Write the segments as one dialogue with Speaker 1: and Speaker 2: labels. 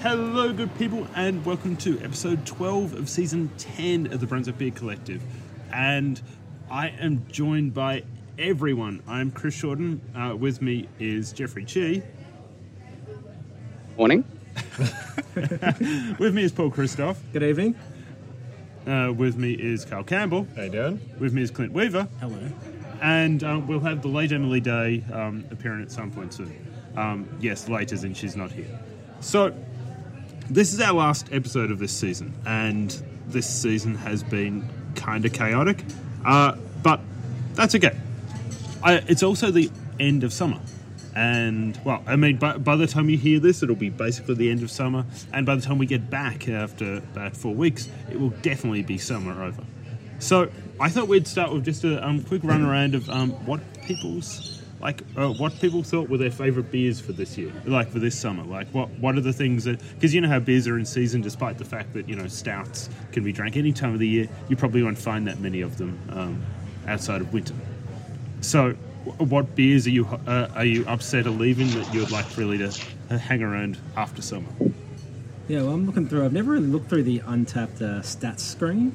Speaker 1: Hello, good people, and welcome to episode 12 of season 10 of the Brunswick Beer Collective. And I am joined by everyone. I'm Chris Shorten. Uh, with me is Jeffrey Chi.
Speaker 2: Morning.
Speaker 1: With me is Paul Christoph.
Speaker 3: Good evening.
Speaker 1: Uh, with me is Carl Campbell.
Speaker 3: How you doing?
Speaker 1: With me is Clint Weaver.
Speaker 3: Hello.
Speaker 1: And um, we'll have the late Emily Day um, appearing at some point soon. Um, yes, late as in she's not here. So, this is our last episode of this season, and this season has been kind of chaotic, uh, but that's okay. I, it's also the end of summer. And, well, I mean, by, by the time you hear this, it'll be basically the end of summer. And by the time we get back after about four weeks, it will definitely be summer over. So I thought we'd start with just a um, quick run around of um, what people's. Like uh, what people thought were their favorite beers for this year, like for this summer. Like what what are the things that because you know how beers are in season, despite the fact that you know stouts can be drank any time of the year. You probably won't find that many of them um, outside of winter. So, wh- what beers are you uh, are you upset are leaving that you'd like really to uh, hang around after summer?
Speaker 3: Yeah, well, I'm looking through. I've never really looked through the untapped uh, stats screen,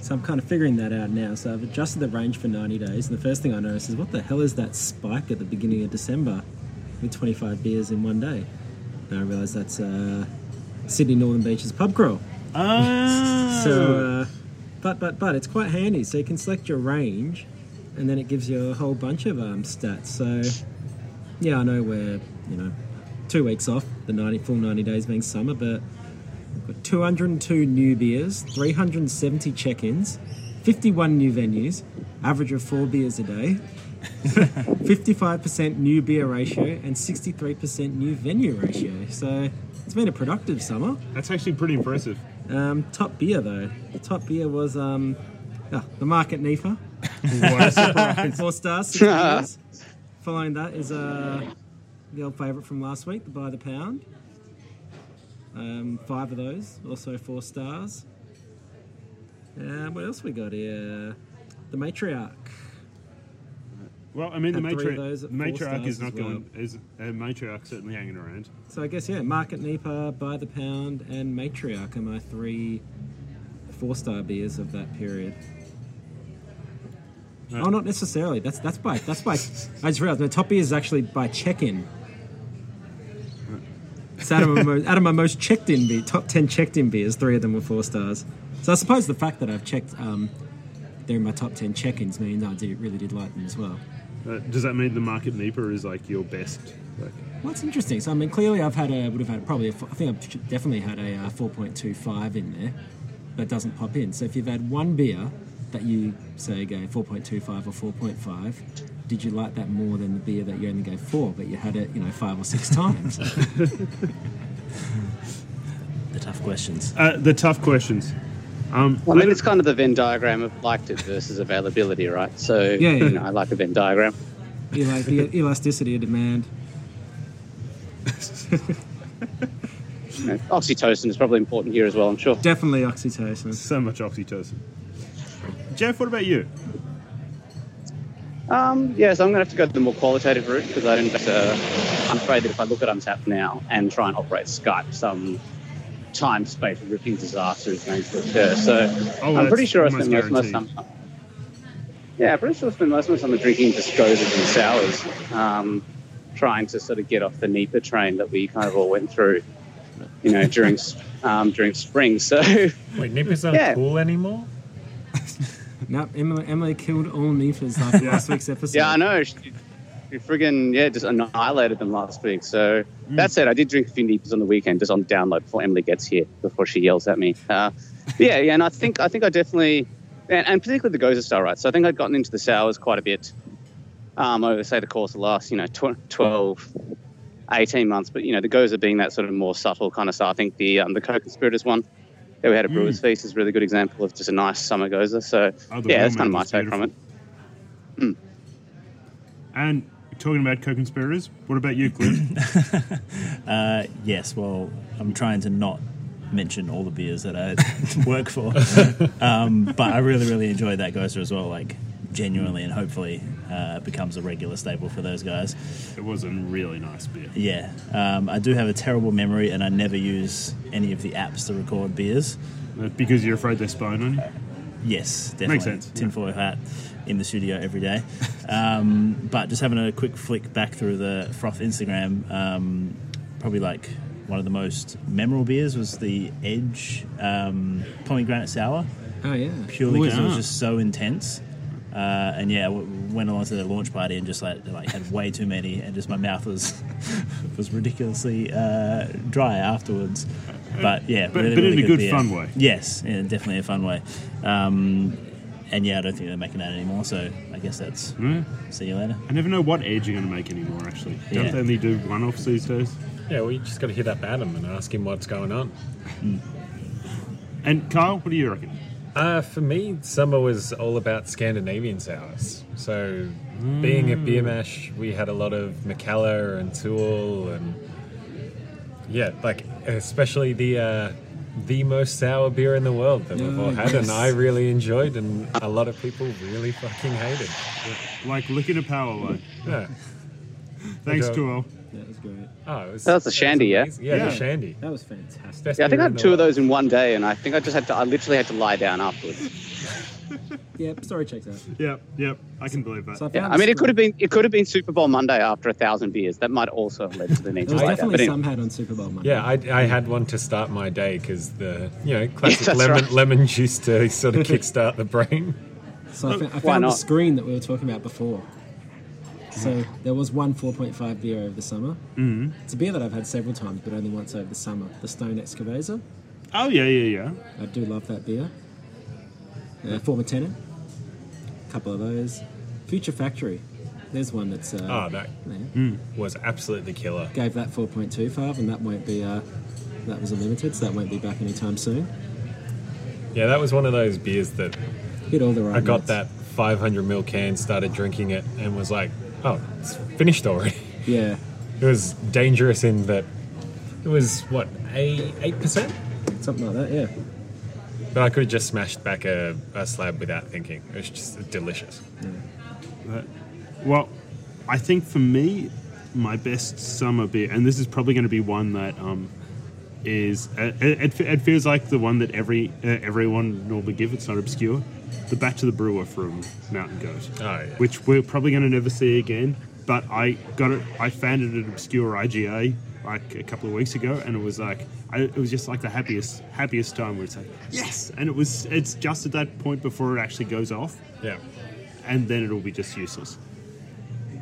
Speaker 3: so I'm kind of figuring that out now. So I've adjusted the range for 90 days, and the first thing I notice is what the hell is that spike at the beginning of December with 25 beers in one day? Now I realise that's uh, Sydney Northern Beaches pub crawl.
Speaker 1: Oh,
Speaker 3: So, uh, but but but it's quite handy. So you can select your range, and then it gives you a whole bunch of um, stats. So, yeah, I know we're you know two weeks off the ninety full ninety days being summer, but we've got two hundred and two new beers, three hundred and seventy check-ins, fifty-one new venues, average of four beers a day. 55% new beer ratio and 63% new venue ratio. So it's been a productive summer.
Speaker 1: that's actually pretty impressive.
Speaker 3: Um, top beer though. The top beer was um, ah, the Market Nefa. Four stars, six beers. Following that is uh, the old favourite from last week, the By the Pound. Um, five of those, also four stars. Um, what else we got here? The Matriarch.
Speaker 1: Well, I mean, the
Speaker 3: And three
Speaker 1: matri-
Speaker 3: of those at four
Speaker 1: matriarch
Speaker 3: stars
Speaker 1: is not
Speaker 3: as well.
Speaker 1: going. Is uh, matriarch certainly hanging around?
Speaker 3: So I guess yeah, Market Nepa, By the Pound, and Matriarch are my three four-star beers of that period.
Speaker 1: Right.
Speaker 3: Oh, not necessarily. That's that's by that's by. I just realised my top beer is actually by check-in. It's out of, my most, out of my most checked-in beer, top ten checked-in beers, three of them were four stars. So I suppose the fact that I've checked, um, they're in my top ten check-ins means I did, really did like them as well.
Speaker 1: Uh, does that mean the market Nipah is like your best? Like,
Speaker 3: Well, it's interesting. So, I mean, clearly, I've had a would have had probably. A, f- I think I've ch- definitely had a uh, four point two five in there that doesn't pop in. So, if you've had one beer that you say go four point two five or four point five, did you like that more than the beer that you only go four, but you had it, you know, five or six times?
Speaker 4: The tough questions.
Speaker 1: uh, the tough questions. Um,
Speaker 2: I mean,
Speaker 1: I-
Speaker 2: it's kind of the Venn diagram of liked it versus availability, right? So,
Speaker 3: Yeah, yeah,
Speaker 2: you
Speaker 3: yeah.
Speaker 2: know, I like the Venn diagram.
Speaker 3: you like the elasticity of demand.
Speaker 2: You know, oxytocin is probably important here as well, I'm sure.
Speaker 3: Definitely oxytocin.
Speaker 1: so much oxytocin. Jeff, what about you?
Speaker 2: Um, yeah, so I'm going to have to go the more qualitative route because I don't. Uh, I'm afraid that if I look at Untapped now and try and operate Skype, some time space ripping disaster is going to occur. So
Speaker 1: Oh,
Speaker 2: I'm pretty
Speaker 1: that's
Speaker 2: sure I
Speaker 1: almost
Speaker 2: spend most of my
Speaker 1: guaranteed.
Speaker 2: summer. Yeah, I'm pretty sure I spend most of my summer drinking discosers and sours, um, trying to sort of get off the NEPA train that we kind of all went through, you know, during s- um, during spring. So
Speaker 5: Wait, Nippers aren't
Speaker 2: Yeah.
Speaker 5: cool anymore?
Speaker 3: Nope, Emily, Emily killed all Nifas after last week's episode.
Speaker 2: Yeah, I know. She, she friggin' yeah, just annihilated them last week. So that said, I did drink a few neepers on the weekend, just on download before Emily gets here, before she yells at me. Uh, yeah, yeah, and I think I think I definitely, and, and particularly the Goza Star, right? So I think I'd gotten into the sours quite a bit um, over say the course of the last, you know, tw- 12, 18 months. But you know, the Goza being that sort of more subtle kind of sour. I think the um, the co-conspirators one. that we had at Brewers Feast is a really good example of just a nice summer goza. So
Speaker 1: Oh, the
Speaker 2: yeah,
Speaker 1: Wellman
Speaker 2: that's kind of my
Speaker 1: was
Speaker 2: take from it.
Speaker 1: And talking about co-conspirators, what about you, Clint?
Speaker 4: Uh, yes, well, I'm trying to not mention all the beers that I work for, um, but I really, really enjoyed that Ghoster as well. Like, genuinely and hopefully, uh, becomes a regular staple for those guys.
Speaker 1: It was a really nice beer.
Speaker 4: Yeah, um, I do have a terrible memory, and I never use any of the apps to record beers.
Speaker 1: Uh, Because you're afraid they're spying on you?
Speaker 4: Yes, definitely.
Speaker 1: Makes sense, yeah.
Speaker 4: Tinfoil hat in the studio every day. Um, but just having a quick flick back through the Froth Instagram, um, probably like one of the most memorable beers was the Edge um, Pomegranate Sour,
Speaker 6: Oh yeah.
Speaker 4: purely
Speaker 1: Oh,
Speaker 4: because it was
Speaker 1: yeah.
Speaker 4: just so intense. Uh, and yeah, w- went along to their launch party and just like, like had way too many, and just my mouth was was ridiculously uh, dry afterwards. But yeah,
Speaker 1: But-
Speaker 4: really,
Speaker 1: but in
Speaker 4: really
Speaker 1: a good
Speaker 4: beer.
Speaker 1: fun way.
Speaker 4: Yes, yeah, definitely a fun way. Um, and yeah, I don't think they're making that anymore. So I guess that's
Speaker 1: Yeah.
Speaker 4: see you later.
Speaker 1: I never know what edge you're going to make anymore, actually. Don't
Speaker 4: Yeah.
Speaker 1: they only do one offs these days?
Speaker 7: Yeah, well, you just got to hit up Adam and ask him what's going on.
Speaker 1: And Kyle, what do you reckon?
Speaker 7: Uh, for me, summer was all about Scandinavian sours. So, being at Beer Mash, we had a lot of McKellar and Tool, and yeah, like especially the uh, the most sour beer in the world that we've all had, and I really enjoyed, and a lot of people really fucking hated.
Speaker 1: Like licking a power line.
Speaker 7: Yeah.
Speaker 1: Thanks,
Speaker 7: Okay.
Speaker 1: Kyle.
Speaker 6: That was great.
Speaker 7: Oh, it was,
Speaker 2: That was the shandy, yeah?
Speaker 7: amazing. Yeah,
Speaker 1: Yeah.
Speaker 7: the shandy.
Speaker 6: That was fantastic.
Speaker 7: Best
Speaker 2: Yeah, I think I
Speaker 7: beer in
Speaker 6: Mm,
Speaker 2: had
Speaker 7: the
Speaker 2: two of
Speaker 7: world.
Speaker 2: those in one day, and I think I just had to, I literally had to lie down afterwards.
Speaker 6: Yep. Story checks out.
Speaker 1: Yep, yep. I can believe that.
Speaker 6: So I, found
Speaker 2: Yeah, I mean,
Speaker 6: the
Speaker 2: it could have
Speaker 6: story.
Speaker 2: been it could have been Super Bowl Monday after a thousand beers. That might also have led to the need to
Speaker 6: There was
Speaker 2: lie down. But
Speaker 6: definitely
Speaker 2: anyway,
Speaker 6: some had on Super Bowl Monday.
Speaker 7: Yeah, I, I had one to start my day because the you know classic
Speaker 2: that's
Speaker 7: lemon
Speaker 2: right.
Speaker 7: lemon juice to sort of kickstart the brain.
Speaker 6: So I, fa- I
Speaker 2: why
Speaker 6: found the
Speaker 2: not?
Speaker 6: screen that we were talking about before. So there was one 4.5 beer over the summer. Mm-hmm. It's a beer that I've had several times, but only once over the summer. The Stone Excavator.
Speaker 1: Oh, yeah, yeah, yeah.
Speaker 6: I do love that beer. Uh, former Tenant. A couple of those. Future Factory. There's one that's. Uh,
Speaker 7: Oh, that
Speaker 6: yeah.
Speaker 7: was absolutely killer.
Speaker 6: Gave that 4.25, and that won't be. Uh, that was a limited, so that won't be back anytime soon.
Speaker 7: Yeah, that was one of those beers that
Speaker 6: Hit all the right.
Speaker 7: I got
Speaker 6: notes.
Speaker 7: that 500 ml can, started drinking it, and was like, oh, it's finished already.
Speaker 6: Yeah.
Speaker 7: It was dangerous in that it was what a eight percent,
Speaker 6: Something like that, yeah.
Speaker 7: but I could have just smashed back a, a slab without thinking. It was just delicious.
Speaker 1: But- well, I think for me, my best summer beer, and this is probably going to be one that um, is uh, it, it, it feels like the one that every uh, everyone normally give. It's not obscure. The Batch of the Brewer from Mountain Goat,
Speaker 7: Oh, yeah.
Speaker 1: which we're probably going to never see again. But I got it. I found it at obscure IGA like a couple of weeks ago, and it was like I, it was just like the happiest happiest time where it's like yes, and it was it's just at that point before it actually goes off
Speaker 7: Yeah,
Speaker 1: and then it'll be just useless.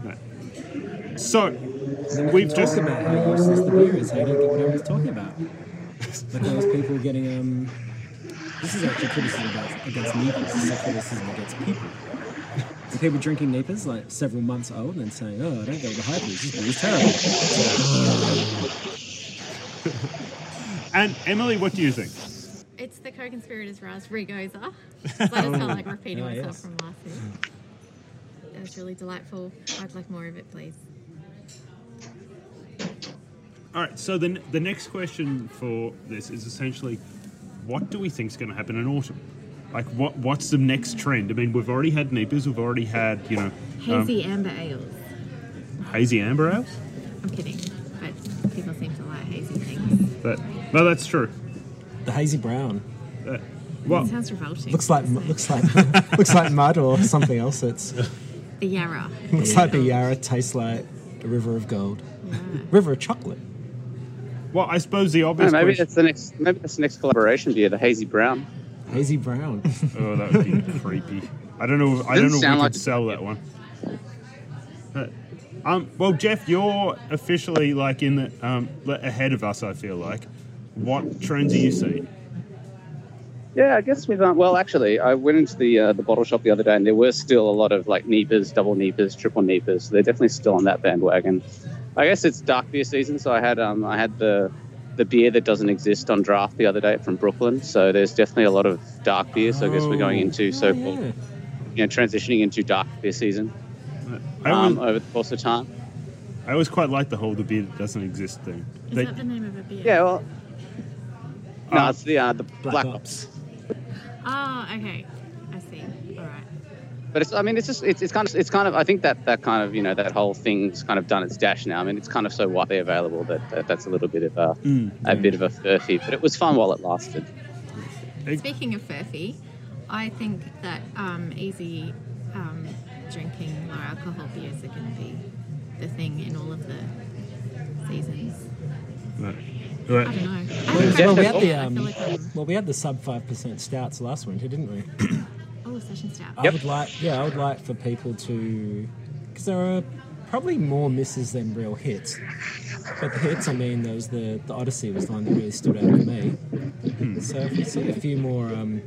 Speaker 1: Right. So, we've just
Speaker 6: talk about how useless the beer is. How you don't get what everyone's talking about. Like those people getting um. This is actually criticism about, against Nipahs. This is a criticism against people. The people drinking Nipahs like several months old and then saying, "Oh, I don't go with the hype. This beer is terrible."
Speaker 1: and Emily, what do you think?
Speaker 8: It's the co-conspirator's raspberry gozer. So I just kind of like repeating
Speaker 6: Oh,
Speaker 8: myself
Speaker 6: yes.
Speaker 8: from last week. That was really delightful. I'd like more of it, please.
Speaker 1: All right. So then the next question for this is essentially, what do we think is going to happen in autumn? Like, what what's the next trend? I mean, we've already had Nipahs, we've already had you know um,
Speaker 8: Hazy amber ales.
Speaker 1: hazy amber ales.
Speaker 8: I'm kidding, but people seem to like hazy things.
Speaker 1: That no, that's true.
Speaker 3: The hazy brown
Speaker 1: Uh, well,
Speaker 8: it sounds revolting.
Speaker 3: looks like
Speaker 8: doesn't it?
Speaker 3: looks like looks like mud or something else. It's
Speaker 8: the Yarra.
Speaker 3: looks like the Yarra tastes like a river of gold,
Speaker 8: Yeah.
Speaker 3: river of chocolate.
Speaker 1: well, I suppose the
Speaker 2: I don't
Speaker 1: obvious
Speaker 2: know, maybe
Speaker 1: question.
Speaker 2: that's the next maybe that's the next collaboration beer, the Hazy Brown.
Speaker 3: Hazy brown.
Speaker 1: Oh, that would be creepy. I don't know. I don't know if
Speaker 2: Doesn't
Speaker 1: we
Speaker 2: sound
Speaker 1: could
Speaker 2: like-
Speaker 1: sell that one. Uh, um, well, Jeff, you're officially like in the um, le- ahead of us. I feel like. What trends are you seeing?
Speaker 2: Yeah, I guess we've um, well actually I went into the uh, the bottle shop the other day and there were still a lot of like neepers, double neepers, triple neepers. So they're definitely still on that bandwagon. I guess it's dark beer season, so I had um I had the the beer that doesn't exist on draft the other day from Brooklyn. So there's definitely a lot of dark beer. So I guess we're going into so called
Speaker 3: Oh, Yeah.
Speaker 2: you know transitioning into dark beer season
Speaker 1: I always,
Speaker 2: um, uh, over the course of time.
Speaker 1: I always quite like the whole the beer that doesn't exist thing.
Speaker 8: Is
Speaker 1: They-
Speaker 8: that the name of a beer?
Speaker 2: Yeah, well, no,
Speaker 1: Um,
Speaker 2: it's the uh, the Black, Ops.
Speaker 8: Oh, okay. I see. All right.
Speaker 2: But it's, I mean, it's just, it's, it's kind of, it's kind of, I think that that kind of, you know, that whole thing's kind of done its dash now. I mean, it's kind of so widely available that, that that's a little bit of a, a bit of a furphy. But it was fun while it lasted.
Speaker 8: Speaking of furphy, I think that um, easy um, drinking low alcohol beers are going to be the thing in all of the seasons.
Speaker 1: Right.
Speaker 8: I
Speaker 1: Right.
Speaker 8: don't know. I
Speaker 2: Well,
Speaker 8: haven't
Speaker 2: yeah,
Speaker 3: Well,
Speaker 8: had
Speaker 3: we
Speaker 8: a
Speaker 6: Oh.
Speaker 3: had the,
Speaker 8: beer. I feel
Speaker 3: um,
Speaker 8: like I'm-
Speaker 3: well, we had the sub 5% stouts last winter, didn't we?
Speaker 8: Oh, session stout.
Speaker 3: I would like, yeah, I would like for people to, because there are probably more misses than real hits. But the hits, I mean, there was the, the Odyssey was the one that really stood out to me.
Speaker 6: Hmm.
Speaker 3: So if we see a few more um,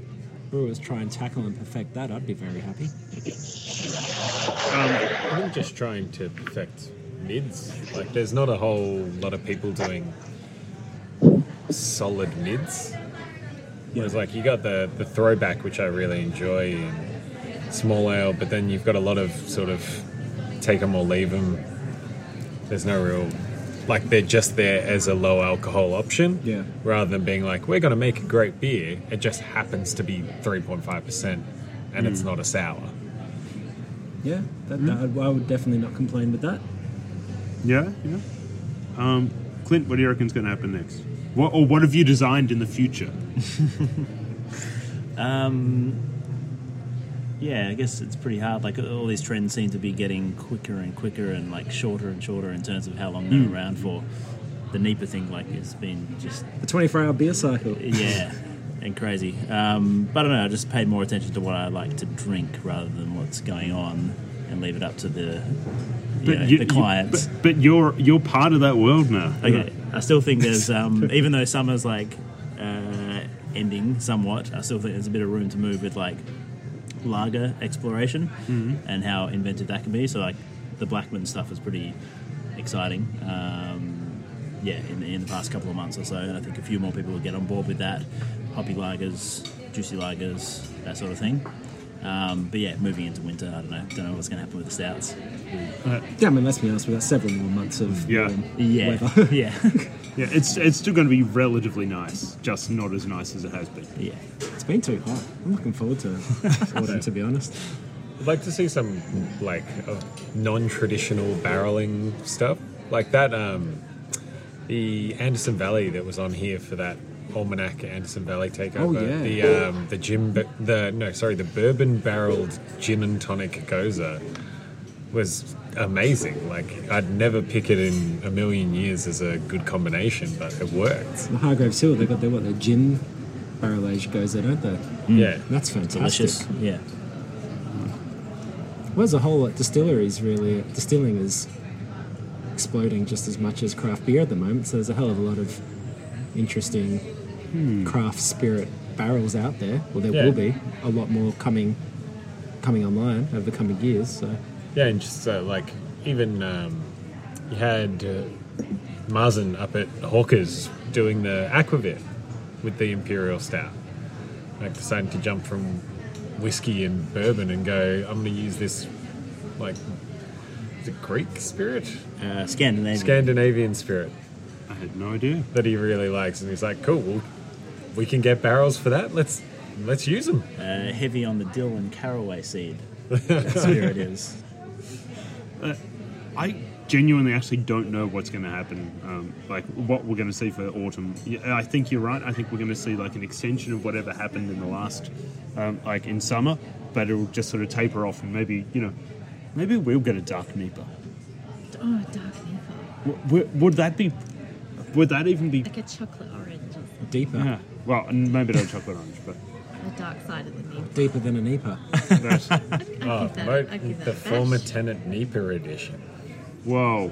Speaker 3: brewers try and tackle and perfect that, I'd be very happy.
Speaker 7: I'm just trying to perfect mids. Like, there's not a whole lot of people doing solid mids. Whereas, like, you got the, the throwback, which I really enjoy, and small ale, but then you've got a lot of sort of take 'em or leave 'em. There's no real. Like, they're just there as a low alcohol option.
Speaker 3: Yeah.
Speaker 7: Rather than being like, we're going to make a great beer. It just happens to be 3.5%, and it's not a sour.
Speaker 6: Yeah, that, that, I would definitely not complain with that.
Speaker 1: Yeah, yeah. Um, Clint, what do you reckon's going to happen next? What, or what have you designed in the future?
Speaker 4: yeah, I guess it's pretty hard. Like all these trends seem to be getting quicker and quicker, and like shorter and shorter in terms of how long they're around for. The NEPA thing, like, has been just
Speaker 6: The 24 hour beer cycle.
Speaker 4: yeah, and crazy. Um, but I don't know. I just paid more attention to what I like to drink rather than what's going on, and leave it up to the you know, the clients.
Speaker 1: but, but you're you're part of that world now.
Speaker 4: Okay, I still think there's, um, even though summer's like uh, ending somewhat, I still think there's a bit of room to move with like lager exploration and how inventive that can be. So like the Blackman stuff is pretty exciting. Um, yeah, in, in the past couple of months or so, and I think a few more people will get on board with that. Hoppy lagers, juicy lagers, that sort of thing. Um, but yeah, moving into winter, I don't know. Don't know what's going to happen with the stouts.
Speaker 6: Yeah, I mean, let's be honest, we've got several more months of
Speaker 1: Yeah.
Speaker 6: warm
Speaker 4: Yeah,
Speaker 6: weather.
Speaker 4: yeah,
Speaker 1: Yeah, it's it's still going to be relatively nice, just not as nice as it has been.
Speaker 4: yeah.
Speaker 3: It's been too hot. I'm looking forward to autumn, to be honest.
Speaker 7: I'd like to see some like uh, non-traditional barreling stuff, like that. Um, the Anderson Valley that was on here for that almanac Anderson Valley takeover.
Speaker 6: Oh, yeah.
Speaker 7: The um, the gin, ba- the no, sorry, the bourbon barreled gin and tonic goza was amazing. Like I'd never pick it in a million years as a good combination, but it worked.
Speaker 6: The Hargraves Hill, they've got their, what, their gin barrel age goes there, don't they?
Speaker 7: Yeah.
Speaker 3: That's fantastic.
Speaker 4: Delicious. Yeah.
Speaker 3: Whereas the whole like, distilleries really distilling is exploding just as much as craft beer at the moment. So there's a hell of a lot of interesting craft spirit barrels out there. Well, there
Speaker 7: Yeah.
Speaker 3: will be a lot more coming coming online over the coming years. So
Speaker 7: Yeah, and just uh, like even um, you had uh, Marzen up at Hawkers doing the aquavit with the Imperial Stout. Like deciding to jump from whiskey and bourbon and go, I'm going to use this like is it Greek spirit,
Speaker 4: Uh, Scandinavian.
Speaker 7: Scandinavian spirit
Speaker 1: I had no idea.
Speaker 7: that he really likes, and he's like, cool, well, we can get barrels for that. Let's let's use them.
Speaker 4: uh, heavy on the dill and caraway seed. That's where it is.
Speaker 1: I genuinely actually don't know what's going to happen, um, like what we're going to see for autumn. Yeah, I think you're right. I think we're going to see like an extension of whatever happened in the last, um, like in summer, but it'll just sort of taper off and maybe, you know, maybe we'll get a dark Nipah.
Speaker 8: Oh, dark maple.
Speaker 1: W- w- would that be, would that even be,
Speaker 8: Like a chocolate orange or something.
Speaker 3: deeper,
Speaker 1: yeah. well, n- maybe not chocolate orange, but
Speaker 8: The dark side of the maple.
Speaker 3: deeper than an IPA.
Speaker 1: that's,
Speaker 8: I'd
Speaker 7: Oh,
Speaker 8: give that,
Speaker 7: mo-
Speaker 8: I'd give that
Speaker 7: the
Speaker 8: a bash.
Speaker 7: former tenant Nipah edition.
Speaker 1: whoa.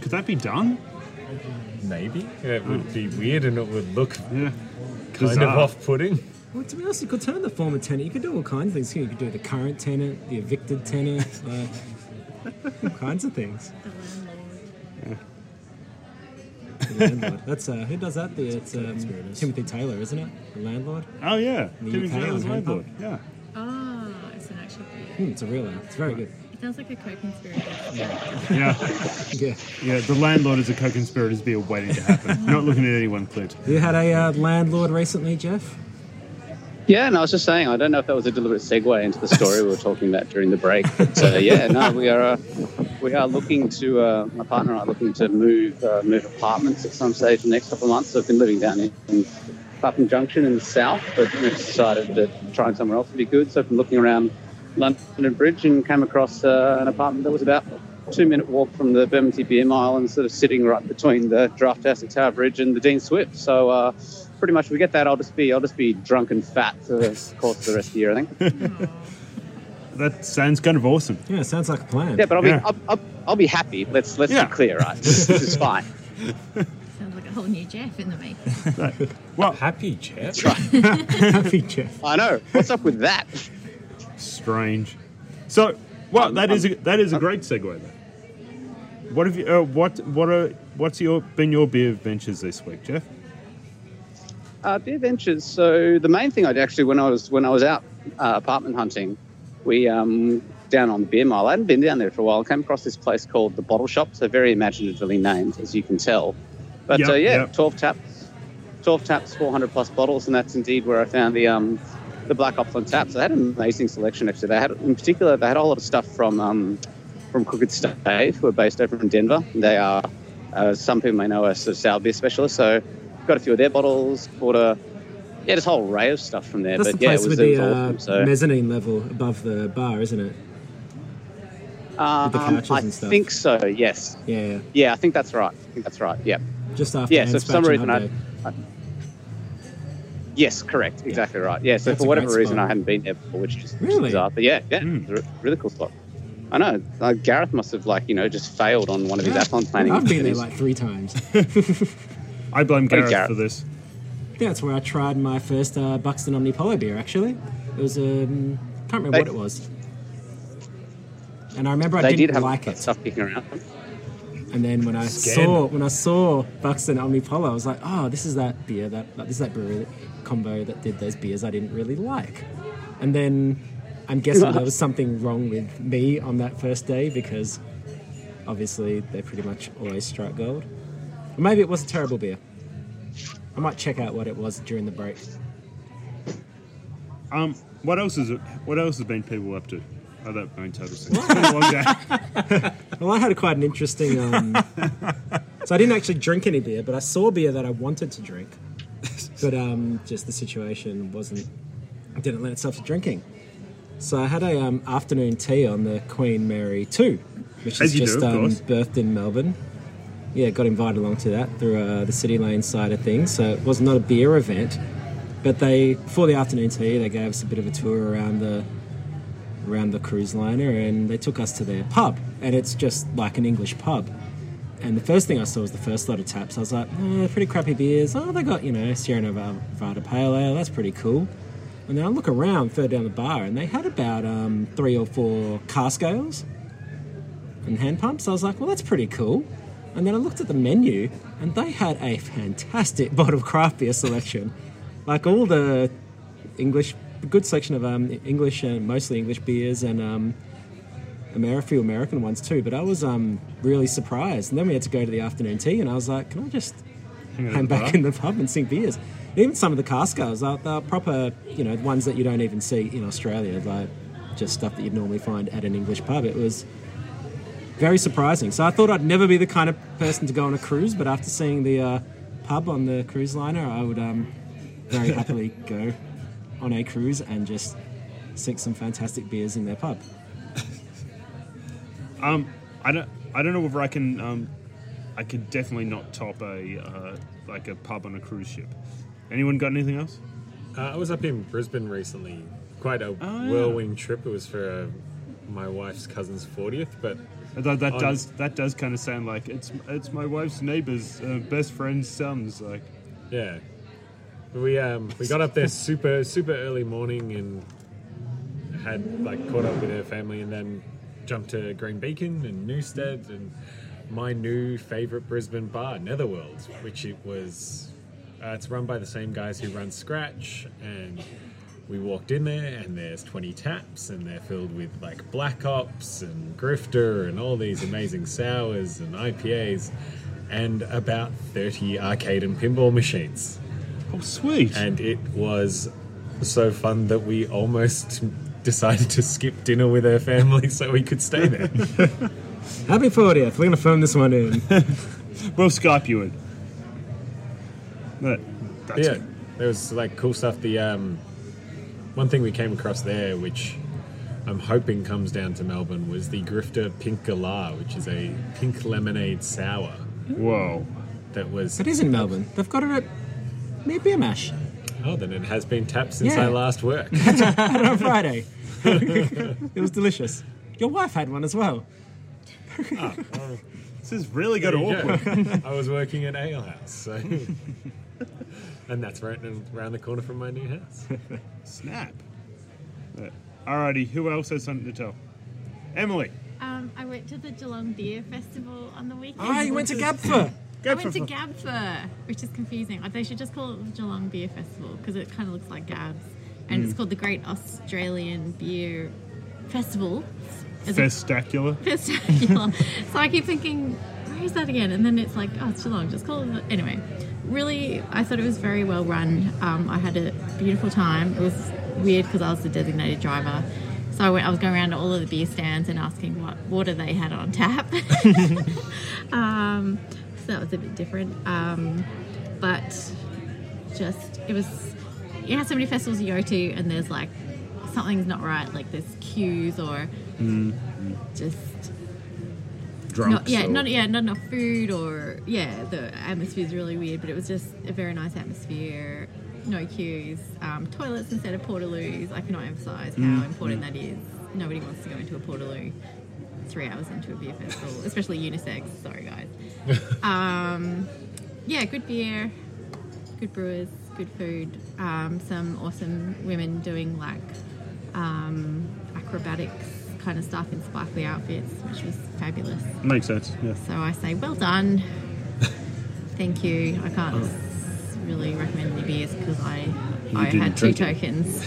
Speaker 1: Could that be done?
Speaker 7: Maybe it would be weird, and it would look
Speaker 1: Yeah.
Speaker 7: kind
Speaker 1: Bizarre.
Speaker 7: of off-putting.
Speaker 3: Well, to be honest, you could turn the former tenant. You could do all kinds of things. You could do the current tenant, the evicted tenant, like, all kinds of things.
Speaker 8: The landlord.
Speaker 3: The landlord. That's uh, who does that? The, it's um, Timothy Taylor, isn't it? The landlord.
Speaker 1: Oh, yeah.
Speaker 3: The
Speaker 1: Jimmy
Speaker 3: UK on
Speaker 1: Fallon's
Speaker 3: Hong
Speaker 1: landlord.
Speaker 3: Kong.
Speaker 1: Yeah.
Speaker 8: Oh, it's an actual beer.
Speaker 3: Mm, it's a real one. It's very good.
Speaker 8: It sounds like a co-conspirator.
Speaker 1: Yeah.
Speaker 3: Yeah.
Speaker 1: Yeah, the landlord is a co-conspirator's beer waiting to happen. Not looking at anyone, Clint.
Speaker 3: You had a uh, landlord recently, Jeff?
Speaker 2: Yeah, and I was just saying, I don't know if that was a deliberate segue into the story we were talking about during the break. But uh, yeah, no, we are uh, we are looking to uh, my partner and I are looking to move uh, move apartments at some stage in the next couple of months. I've been living down in, in Clapham Junction in the south, but you know, decided that trying somewhere else would be good. So I've been looking around London Bridge and came across uh, an apartment that was about a two minute walk from the Bermondsey Beer Mile and sort of sitting right between the Draft House and Tower Bridge and the Dean Swift. So. Uh, pretty much if we get that i'll just be i'll just be drunk and fat for the course of the rest of the year i think
Speaker 1: That sounds kind of awesome.
Speaker 3: Yeah, sounds like a plan.
Speaker 2: yeah but i'll be
Speaker 1: Yeah.
Speaker 2: I'll, I'll, I'll be happy let's let's
Speaker 1: Yeah.
Speaker 2: be clear right this, this is fine
Speaker 8: Sounds like a whole new Jeff in the making.
Speaker 1: Well,
Speaker 7: Happy Jeff.
Speaker 3: Happy Jeff.
Speaker 2: i know what's up with that
Speaker 1: strange. So, well, that is a, that is a great segue. Though. What have you? Uh, what what are what's your been your beer ventures this week, Jeff?
Speaker 2: Uh, beer ventures. So the main thing I would actually when I was when I was out uh, apartment hunting, we um, down on the beer mile. I hadn't been down there for a while. came across this place called the Bottle Shop. So very imaginatively named, as you can tell. But
Speaker 1: Yep,
Speaker 2: uh, yeah,
Speaker 1: yep.
Speaker 2: twelve taps, twelve taps, four hundred plus bottles, and that's indeed where I found the um, the Black Ops on tap. So they had an amazing selection. Actually, they had in particular they had a whole lot of stuff from um, from Crooked Stave, who are based over in Denver. They are uh, some people may know us as sour beer specialists. So got a few of their bottles, bought a yeah, this whole array of stuff from there.
Speaker 3: That's
Speaker 2: but
Speaker 3: the
Speaker 2: yeah,
Speaker 3: place
Speaker 2: it was,
Speaker 3: with
Speaker 2: it was
Speaker 3: the
Speaker 2: awesome. So
Speaker 3: uh, mezzanine level above the bar, isn't it?
Speaker 2: um,
Speaker 3: uh, the couches
Speaker 2: I
Speaker 3: and stuff.
Speaker 2: think so. Yes.
Speaker 3: Yeah,
Speaker 2: Yeah, I think that's right. I think that's right. Yeah.
Speaker 3: just after.
Speaker 2: Yeah. So for some
Speaker 3: Anspach and
Speaker 2: reason, I,
Speaker 3: Update.
Speaker 2: I. Yes, correct. Exactly right. Yeah. So
Speaker 3: That's
Speaker 2: for
Speaker 3: a great
Speaker 2: whatever reason,
Speaker 3: spot.
Speaker 2: I hadn't been there before, which is which is
Speaker 3: Really? Hmm.
Speaker 2: bizarre. But yeah, yeah, it's a re- really cool spot. I know. Like Gareth must have like you know just failed on one of his
Speaker 3: Yeah.
Speaker 2: athlon planning.
Speaker 3: I've been there
Speaker 2: activities.
Speaker 3: like three times.
Speaker 1: I blame Gareth,
Speaker 2: Gareth.
Speaker 1: for this.
Speaker 3: That's where I tried my first uh, Buxton Omni Polo beer. Actually, it was um, can't remember
Speaker 2: They-
Speaker 3: what it was, and I remember I
Speaker 2: they
Speaker 3: didn't
Speaker 2: did have
Speaker 3: like it.
Speaker 2: stuff kicking around.
Speaker 3: And then when I
Speaker 7: Scan.
Speaker 3: saw when I saw Buxton Omni Polo, I was like, oh, this is that beer that that- this is that brewery that, combo that did those beers I didn't really like. And then I'm guessing there was something wrong with me on that first day because obviously they pretty much always strike gold. Or maybe it was a terrible beer. I might check out what it was during the break.
Speaker 1: Um, what else is it? What else has been people up to? Oh, that bone total sense. It's been a long day.
Speaker 3: Well, I had quite an interesting. Um, so I didn't actually drink any beer, but I saw beer that I wanted to drink, but um, just the situation wasn't didn't lend itself to drinking. So I had a um, afternoon tea on the Queen Mary Two, which
Speaker 1: As
Speaker 3: is
Speaker 1: you do,
Speaker 3: just
Speaker 1: of
Speaker 3: um,
Speaker 1: course.
Speaker 3: birthed in Melbourne. Yeah, got invited along to that through uh, the City Lane side of things. So it was not a beer event, but they for the afternoon tea they gave us a bit of a tour around the around the cruise liner and they took us to their pub and it's just like an english pub and the first thing i saw was the first lot of taps i was like oh, they're pretty crappy beers oh they got you know sierra nevada pale ale that's pretty cool and then i look around further down the bar and they had about um, three or four cask ales and hand pumps i was like well that's pretty cool and then i looked at the menu and they had a fantastic bottle of craft beer selection like all the English, a good selection of um, English and mostly English beers and um, Ameri- a few American ones too. But I was um, really surprised. And then we had to go to the afternoon tea, and I was like, can I just
Speaker 1: out
Speaker 3: hang
Speaker 1: the
Speaker 3: back
Speaker 1: bar?"
Speaker 3: in the pub and sink beers? And even some of the Cascos are they're proper, you know, ones that you don't even see in Australia, like just stuff that you'd normally find at an English pub. It was very surprising. So I thought I'd never be the kind of person to go on a cruise, but after seeing the uh, pub on the cruise liner, I would um, very happily go on a cruise and just sink some fantastic beers in their pub.
Speaker 1: Um, I don't. I don't know whether I can. Um, I could definitely not top a uh, like a pub on a cruise ship. Anyone got anything else?
Speaker 7: Uh, I was up in Brisbane recently. Quite a
Speaker 1: Oh, yeah.
Speaker 7: whirlwind trip. It was for uh, my wife's cousin's 40th, but
Speaker 1: Although that
Speaker 7: Oh,
Speaker 1: does that does kind of sound like it's it's my wife's neighbor's uh, best friend's son's like
Speaker 7: yeah. We um, we got up there super super early morning and had like caught up with her family and then jumped to Green Beacon and Newstead and my new favorite Brisbane bar, Netherworld, which it was. Uh, it's run by the same guys who run Scratch, and we walked in there and there's 20 taps and they're filled with like Black Ops and Grifter and all these amazing sours and IPAs, and about 30 arcade and pinball machines
Speaker 1: oh sweet
Speaker 7: and it was so fun that we almost decided to skip dinner with her family so we could stay there.
Speaker 6: Happy 40th. We're going to phone this one in.
Speaker 1: We'll Skype you in. But that's
Speaker 7: yeah,
Speaker 1: it.
Speaker 7: there was like cool stuff. The um, one thing we came across there, which I'm hoping comes down to Melbourne, was the Grifter Pink Galah, which is a pink lemonade sour
Speaker 1: Whoa.
Speaker 7: that was.
Speaker 3: It is in Melbourne. They've got it at near Beer Mash
Speaker 7: Oh, then it has been tapped since
Speaker 3: Yeah.
Speaker 7: I last worked.
Speaker 3: on Friday. it was delicious. Your wife had one as well.
Speaker 1: This has really got
Speaker 7: There you
Speaker 1: awkward.
Speaker 7: go. I was working at Ale House, so. and that's right around the corner from my new house.
Speaker 1: Snap. But, alrighty, who else has something to tell? Emily.
Speaker 8: Um, I went to the Geelong Beer Festival on the weekend.
Speaker 3: Ah, you went to Gabfa.
Speaker 1: Go
Speaker 8: I went to
Speaker 1: for-
Speaker 8: Gabfa, which is confusing. They should just call it the Geelong Beer Festival because it kind of looks like Gabs, and
Speaker 1: Mm.
Speaker 8: it's called the Great Australian Beer Festival. As a-
Speaker 1: Festacular.
Speaker 8: Festival. so I keep thinking, where is that again? And then it's like, oh, it's Geelong. Just call it. the-" Anyway, really, I thought it was very well run. Um, I had a beautiful time. It was weird because I was the designated driver. So I, went, I was going around to all of the beer stands and asking what water they had on tap. um, so that was a bit different. Um, but just it was you know how so many festivals you go to and there's like something's not right like there's queues or just
Speaker 1: Drunk.
Speaker 8: not, yeah not yeah not enough food or yeah the atmosphere's really weird but it was just a very nice atmosphere no queues um, toilets instead of portaloos I cannot emphasize how important that is nobody wants to go into a portaloo three hours into a beer festival especially unisex sorry guys um, yeah good beer good brewers, good food, um, some awesome women doing like um, acrobatics kind of stuff in sparkly outfits, which was fabulous.
Speaker 1: Makes sense. Yeah.
Speaker 8: So I say, well done. Thank you. I can't
Speaker 7: Oh.
Speaker 8: s really recommend any beers because I, I
Speaker 1: didn't
Speaker 8: had two
Speaker 1: drink it.
Speaker 8: tokens.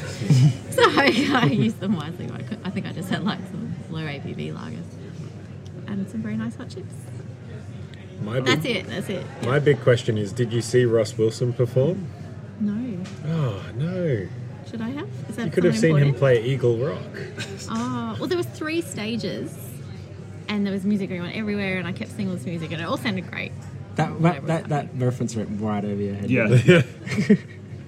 Speaker 8: so I used them wisely. I cou- I think I just had like some low ABV lagers and some very nice hot chips.
Speaker 7: Oh. My big,
Speaker 8: That's it. That's it.
Speaker 7: My big question is Did you see Ross Wilson perform?
Speaker 8: No.
Speaker 7: Oh, no.
Speaker 8: Should I have? Is that
Speaker 7: You could have
Speaker 8: someone
Speaker 7: seen him
Speaker 8: important?
Speaker 7: play Eagle Rock.
Speaker 8: Oh, well, there was three stages, and there was music going on everywhere, and I kept singing all this music, and it all sounded great.
Speaker 3: That that, that, that reference went right over your head.
Speaker 1: Yeah.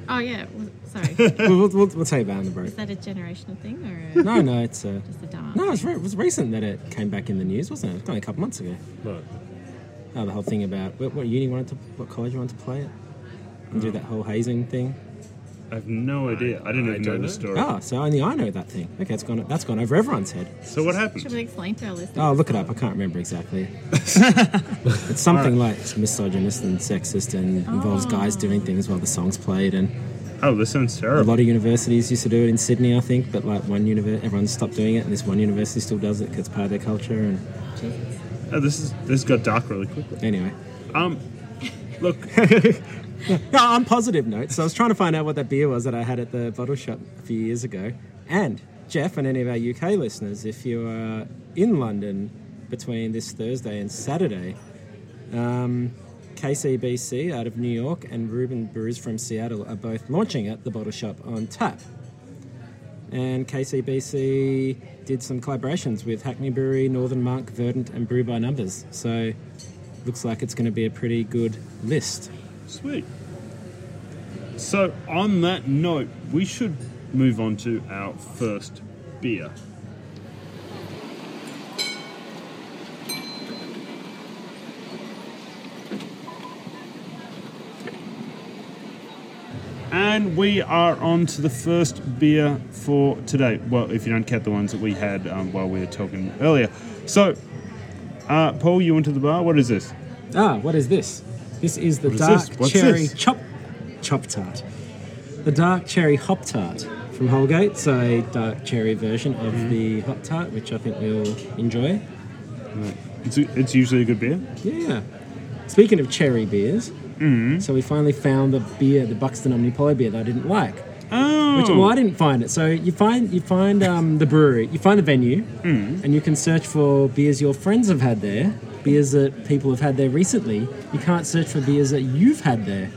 Speaker 8: Oh yeah, well, sorry. Is
Speaker 3: We'll, we'll, we'll, we'll tell you about it on the break.
Speaker 8: that a generational thing or a,
Speaker 3: No, no, it's uh,
Speaker 8: just a dumb?
Speaker 3: no, it was, re- it was recent that it came back in the news, wasn't it? It's only a couple months ago.
Speaker 7: Look,
Speaker 3: Oh, the whole thing about what, what uni you wanted to, what college you wanted to play it, and do that whole hazing thing.
Speaker 1: I have no idea. I didn't
Speaker 7: I
Speaker 1: even know
Speaker 7: don't
Speaker 1: the
Speaker 7: know.
Speaker 1: story.
Speaker 3: Oh,
Speaker 7: Ah.
Speaker 3: so only I know that thing. Okay, it's gone. That's gone over everyone's head.
Speaker 1: So what
Speaker 8: Should
Speaker 1: happened?
Speaker 8: we explain to our listeners?
Speaker 3: Oh, look it up. I can't remember exactly. it's something like it's misogynist and sexist and involves guys doing things while the song's played. And
Speaker 1: Oh, this sounds
Speaker 3: a
Speaker 1: terrible.
Speaker 3: lot of universities used to do it in Sydney, I think, but like one university, everyone stopped doing it, and this one university still does it because it's part of their culture. And
Speaker 8: Jesus.
Speaker 1: Oh, this is this got dark really quickly.
Speaker 3: anyway,
Speaker 1: Um, look,
Speaker 3: no, on positive notes, I was trying to find out what that beer was that I had at the bottle shop a few years ago. And Jeff and any of our UK listeners, if you are in London between this Thursday and Saturday, um, KCBC out of New York and Ruben Brews from Seattle are both launching at the bottle shop on tap. And KCBC did some collaborations with Hackney Brewery, Northern Monk, Verdant, and Brew by Numbers. So looks like it's going to be a pretty good list.
Speaker 1: sweet. So on that note, we should move on to our first beer. And we are on to the first beer for today. Well, if you don't count the ones that we had um, while we were talking earlier. So, uh, Paul, you went to the bar. What is this?
Speaker 3: Ah, what is this? This is the
Speaker 1: What is
Speaker 3: dark
Speaker 1: this? What's
Speaker 3: cherry
Speaker 1: this?
Speaker 3: chop chop tart. The dark cherry hop tart from Holgate. So a dark cherry version of
Speaker 1: Mm-hmm.
Speaker 3: the hop tart, which I think we'll enjoy.
Speaker 1: It's, it's usually a good beer.
Speaker 3: Yeah. Speaking of cherry beers,
Speaker 1: Mm-hmm.
Speaker 3: so we finally found the beer, the Buxton Omnipolo beer that I didn't like.
Speaker 1: Oh,
Speaker 3: Which, well, I didn't find it. So you find you find um, the brewery, you find the venue, and you can search for beers your friends have had there, beers that people have had there recently. You can't search for beers that you've had there.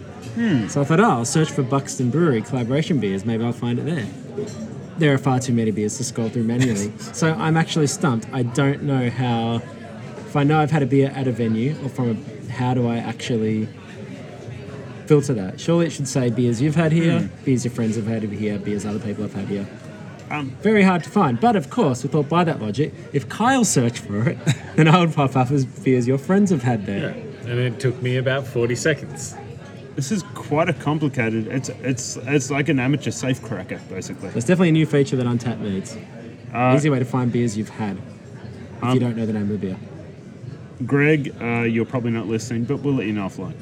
Speaker 3: So I thought, oh, I'll search for Buxton Brewery collaboration beers. Maybe I'll find it there. There are far too many beers to scroll through manually. so I'm actually stumped. I don't know how. If I know I've had a beer at a venue or from a. How do I actually filter that? Surely it should say beers you've had here,
Speaker 7: Hmm.
Speaker 3: beers your friends have had over here, beers other people have had here.
Speaker 7: Um,
Speaker 3: Very hard to find. But of course, we thought by that logic, if Kyle searched for it, then I would pop up as beers your friends have had there.
Speaker 7: Yeah. And it took me about 40 seconds.
Speaker 1: This is quite a complicated. It's it's it's like an amateur safe cracker, basically.
Speaker 3: That's definitely a new feature that Untapped needs.
Speaker 7: Uh,
Speaker 3: Easy way to find beers you've had if
Speaker 7: um,
Speaker 3: you don't know the name of the beer.
Speaker 1: Greg, uh, you're probably not listening, but we'll let you know offline.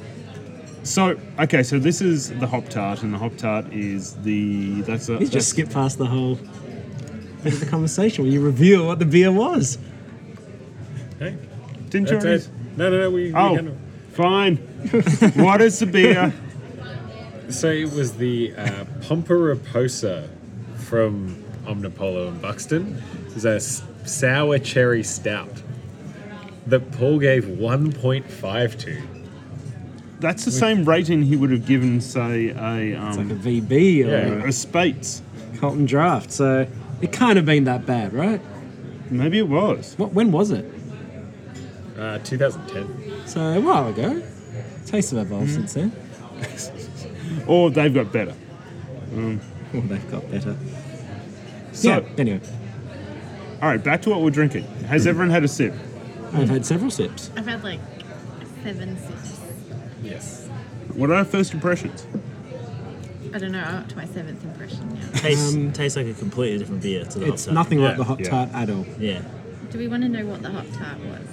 Speaker 1: So okay, so this is the hop tart, and the hop tart is the that's a
Speaker 3: You
Speaker 1: that's-
Speaker 3: just skip past the whole bit of the conversation where you reveal what the beer was.
Speaker 7: Hey,
Speaker 1: Didn't you
Speaker 7: that's
Speaker 1: already-
Speaker 7: it. No, no, no. We, we
Speaker 1: Oh,
Speaker 7: can-
Speaker 1: fine. what is the beer?
Speaker 7: So it was the uh, Pompa Raposa from Omnipolo and Buxton. It was a s- sour cherry stout that Paul gave 1.5 to.
Speaker 1: That's the same rating he would have given, say, a
Speaker 3: It's like a
Speaker 1: um,
Speaker 3: VB or
Speaker 7: Yeah.
Speaker 1: a Spates.
Speaker 3: a Colton Draft. So it can't have been that bad, right?
Speaker 1: Maybe it was.
Speaker 3: What, when was it?
Speaker 7: Uh, 2010.
Speaker 3: So a while ago. Tastes have evolved since then.
Speaker 1: Or they've got better.
Speaker 3: Oh, they've got better.
Speaker 1: So,
Speaker 3: yeah, anyway,
Speaker 1: all right, back to what we're drinking. Has everyone had a sip?
Speaker 3: I've had several sips.
Speaker 8: I've had like seven sips.
Speaker 7: Yes.
Speaker 1: What are our first impressions?
Speaker 8: I don't know. I'm up to my seventh impression now.
Speaker 4: Tastes,
Speaker 3: Um,
Speaker 4: tastes like a completely different beer to the
Speaker 3: It's
Speaker 4: hot tub.
Speaker 3: nothing like
Speaker 1: Yeah,
Speaker 3: the Hot
Speaker 1: yeah.
Speaker 3: Tart at all.
Speaker 4: Yeah.
Speaker 8: Do we want to know what the hot tart was?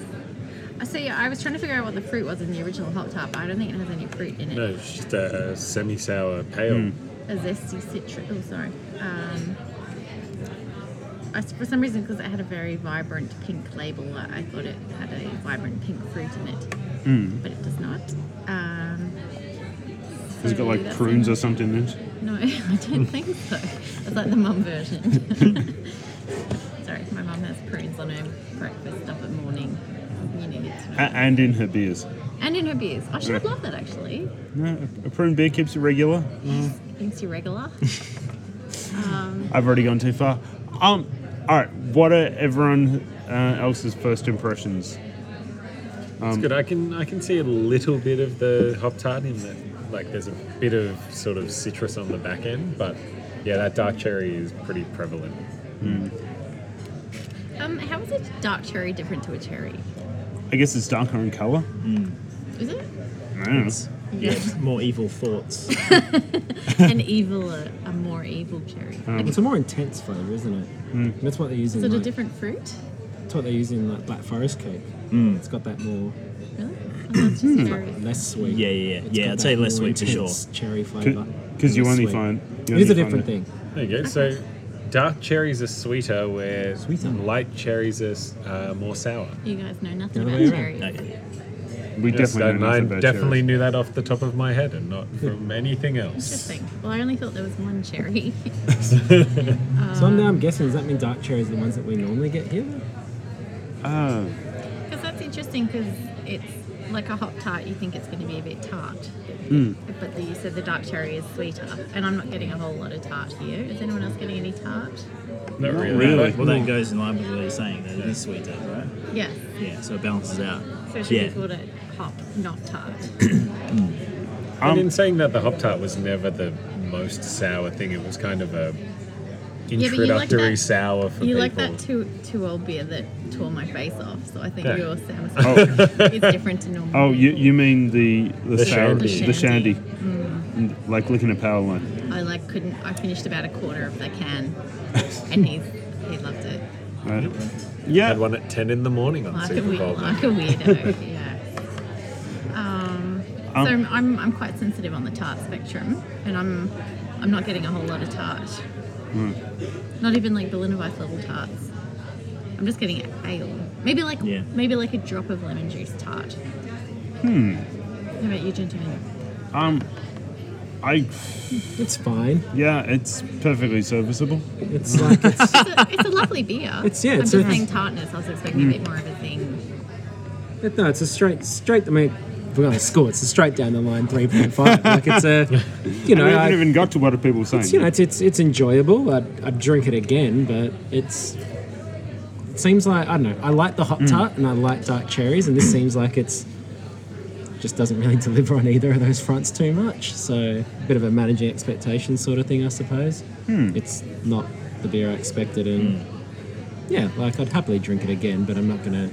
Speaker 8: I see. I was trying to figure out what the fruit was in the original hot tart, but I don't think it has any fruit in it.
Speaker 7: No, it's just a semi sour pale.
Speaker 8: A zesty citrus. Oh, sorry. Um, I s for some reason, because it had a very vibrant pink label, I I thought it had a vibrant pink fruit in it,
Speaker 1: Hmm.
Speaker 8: but it does not. Um,
Speaker 1: Has it got
Speaker 8: so
Speaker 1: like
Speaker 8: that's
Speaker 1: prunes
Speaker 8: it.
Speaker 1: or something in it?
Speaker 8: No, I don't think so. It's like the mum version. sorry, my mum has prunes on her breakfast up at morning. You need it.
Speaker 1: A- and in her beers.
Speaker 8: And in her beers. Oh, I should have loved that actually.
Speaker 1: No, a prune beer keeps it regular.
Speaker 8: It's irregular.
Speaker 1: I've already gone too far. Um, all right, what are everyone uh, else's first impressions?
Speaker 7: It's good. I can I can see a little bit of the hop tart in that. Like there's a bit of sort of citrus on the back end, but yeah, that dark cherry is pretty prevalent.
Speaker 8: Um, how is a dark cherry different to a cherry?
Speaker 1: I guess it's darker in colour.
Speaker 8: Is it
Speaker 1: I don't know.
Speaker 4: Yeah, it's more evil thoughts.
Speaker 8: an evil, a, a more evil cherry?
Speaker 3: It's a more intense flavour, isn't it? That's what they use in
Speaker 8: Is it a
Speaker 3: like,
Speaker 8: different fruit?
Speaker 3: that's what they use in like black forest cake. It's got that more
Speaker 8: Really? Oh, that's just very.
Speaker 3: less sweet.
Speaker 4: Yeah, yeah, yeah.
Speaker 3: It's
Speaker 4: Yeah,
Speaker 3: got
Speaker 4: I'd
Speaker 3: that
Speaker 4: say less
Speaker 3: more
Speaker 4: sweet for sure.
Speaker 3: intense Cherry flavour.
Speaker 1: Because you
Speaker 3: Less
Speaker 1: only
Speaker 3: sweet.
Speaker 1: find. you
Speaker 3: It is
Speaker 1: only
Speaker 3: a
Speaker 1: find
Speaker 3: different
Speaker 1: it-
Speaker 3: thing.
Speaker 7: There you go. So dark cherries are sweeter, where
Speaker 3: Sweeter.
Speaker 7: light cherries are s- uh, more sour.
Speaker 8: You guys know nothing
Speaker 3: The
Speaker 8: about
Speaker 3: other way around.
Speaker 8: cherries.
Speaker 4: Okay.
Speaker 1: We
Speaker 7: Yes,
Speaker 1: definitely
Speaker 7: and
Speaker 1: know
Speaker 7: I
Speaker 1: nothing about
Speaker 7: definitely
Speaker 1: cherries.
Speaker 7: knew that off the top of my head and not from anything else.
Speaker 8: Interesting. Well, I only thought there was one cherry.
Speaker 3: so I'm now I'm guessing does that mean dark cherries are the ones that we normally get here?
Speaker 1: Oh.
Speaker 8: Because that's interesting because it's like a hot tart, you think it's going to be a bit tart. But the, you said the dark cherry is sweeter. And I'm not getting a whole lot of tart here. Is anyone else getting any tart?
Speaker 7: Not really.
Speaker 1: really.
Speaker 4: Well, that goes in line with what you're saying. That it is sweeter, right?
Speaker 8: Yes.
Speaker 4: Yeah, so it balances out.
Speaker 8: So should
Speaker 4: yeah.
Speaker 8: we call it hop, not tart?
Speaker 1: Um,
Speaker 7: and in saying that, the hop tart was never the most sour thing. It was kind of a
Speaker 8: you like
Speaker 7: introductory
Speaker 8: that-
Speaker 7: sour for
Speaker 8: You
Speaker 7: people.
Speaker 8: like that too too old beer that tore my face off, so I think
Speaker 7: Yeah.
Speaker 8: your sound
Speaker 1: Oh.
Speaker 8: is different to normal.
Speaker 1: Oh, you, you mean the the,
Speaker 7: The
Speaker 1: sour-
Speaker 7: shandy.
Speaker 1: the
Speaker 8: The
Speaker 1: shandy,
Speaker 8: shandy.
Speaker 1: Mm, like licking a power line.
Speaker 8: I like couldn't. I finished about a quarter of the can, and he he loved it.
Speaker 1: right?
Speaker 7: I had
Speaker 1: Yeah,
Speaker 7: one at ten in the morning on
Speaker 8: Like a
Speaker 7: Super
Speaker 8: weird,
Speaker 7: Bowl.
Speaker 8: like a weirdo. yeah. Um, so I'm, I'm I'm quite sensitive on the tart spectrum, and I'm I'm not getting a whole lot of tart. Not even like the Lindevice level tarts. I'm just getting ale. Maybe like
Speaker 4: Yeah.
Speaker 8: maybe like a drop of lemon juice tart. Hmm. How about you, gentlemen?
Speaker 1: I
Speaker 3: It's fine.
Speaker 1: yeah, it's perfectly serviceable.
Speaker 3: It's like it's
Speaker 8: It's a, it's a lovely beer.
Speaker 3: It's- yeah,
Speaker 8: I'm
Speaker 3: it's
Speaker 8: just
Speaker 3: a-
Speaker 8: saying tartness. I was expecting a bit more of a thing.
Speaker 3: it, no, it's a straight straight I mean we're going to score. It's a straight down the line 3.5. like it's a, you know,
Speaker 1: we haven't
Speaker 3: I-
Speaker 1: even got to what people are saying.
Speaker 3: it's, you know, it's it's, it's enjoyable. I'd, I'd drink it again, but it's it seems like I don't know. I like the hot tart and I like dark cherries, and this seems like it's just doesn't really deliver on either of those fronts too much. So a bit of a managing expectations sort of thing, I suppose. It's not the beer I expected, and yeah, like I'd happily drink it again, but I'm not gonna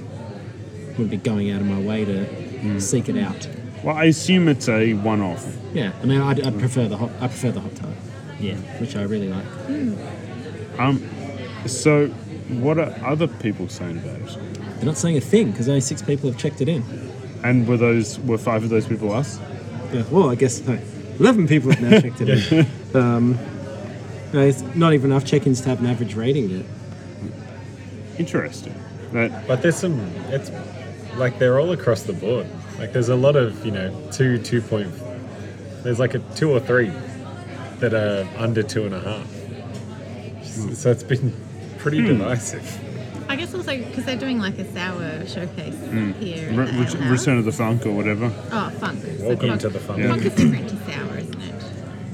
Speaker 3: wouldn't be going out of my way to seek it out.
Speaker 1: well, I assume it's a one-off.
Speaker 3: Yeah, I mean, I'd, I'd prefer the hot. I prefer the hot tart,
Speaker 4: Yeah.
Speaker 3: which I really like.
Speaker 1: Um, so what are other people saying about it?
Speaker 3: They're not saying a thing because only six people have checked it in.
Speaker 1: And were those were five of those people us?
Speaker 3: Yeah, well, I guess no. Eleven people have now checked it in. Um, no, it's not even enough check-ins to have an average rating yet.
Speaker 1: Interesting. That
Speaker 7: But there's some. It's like they're all across the board. Like there's a lot of you know two two point. There's like a two or three that are under two and a half. So it's been pretty divisive.
Speaker 8: I guess also because they're doing like a sour showcase here.
Speaker 1: re-
Speaker 8: at the
Speaker 1: ret-
Speaker 8: Ale House.
Speaker 1: Return of the Funk or whatever.
Speaker 8: Oh, funk. So
Speaker 7: Welcome
Speaker 8: funk-
Speaker 7: to the funk.
Speaker 8: Funk is different to sour, isn't it?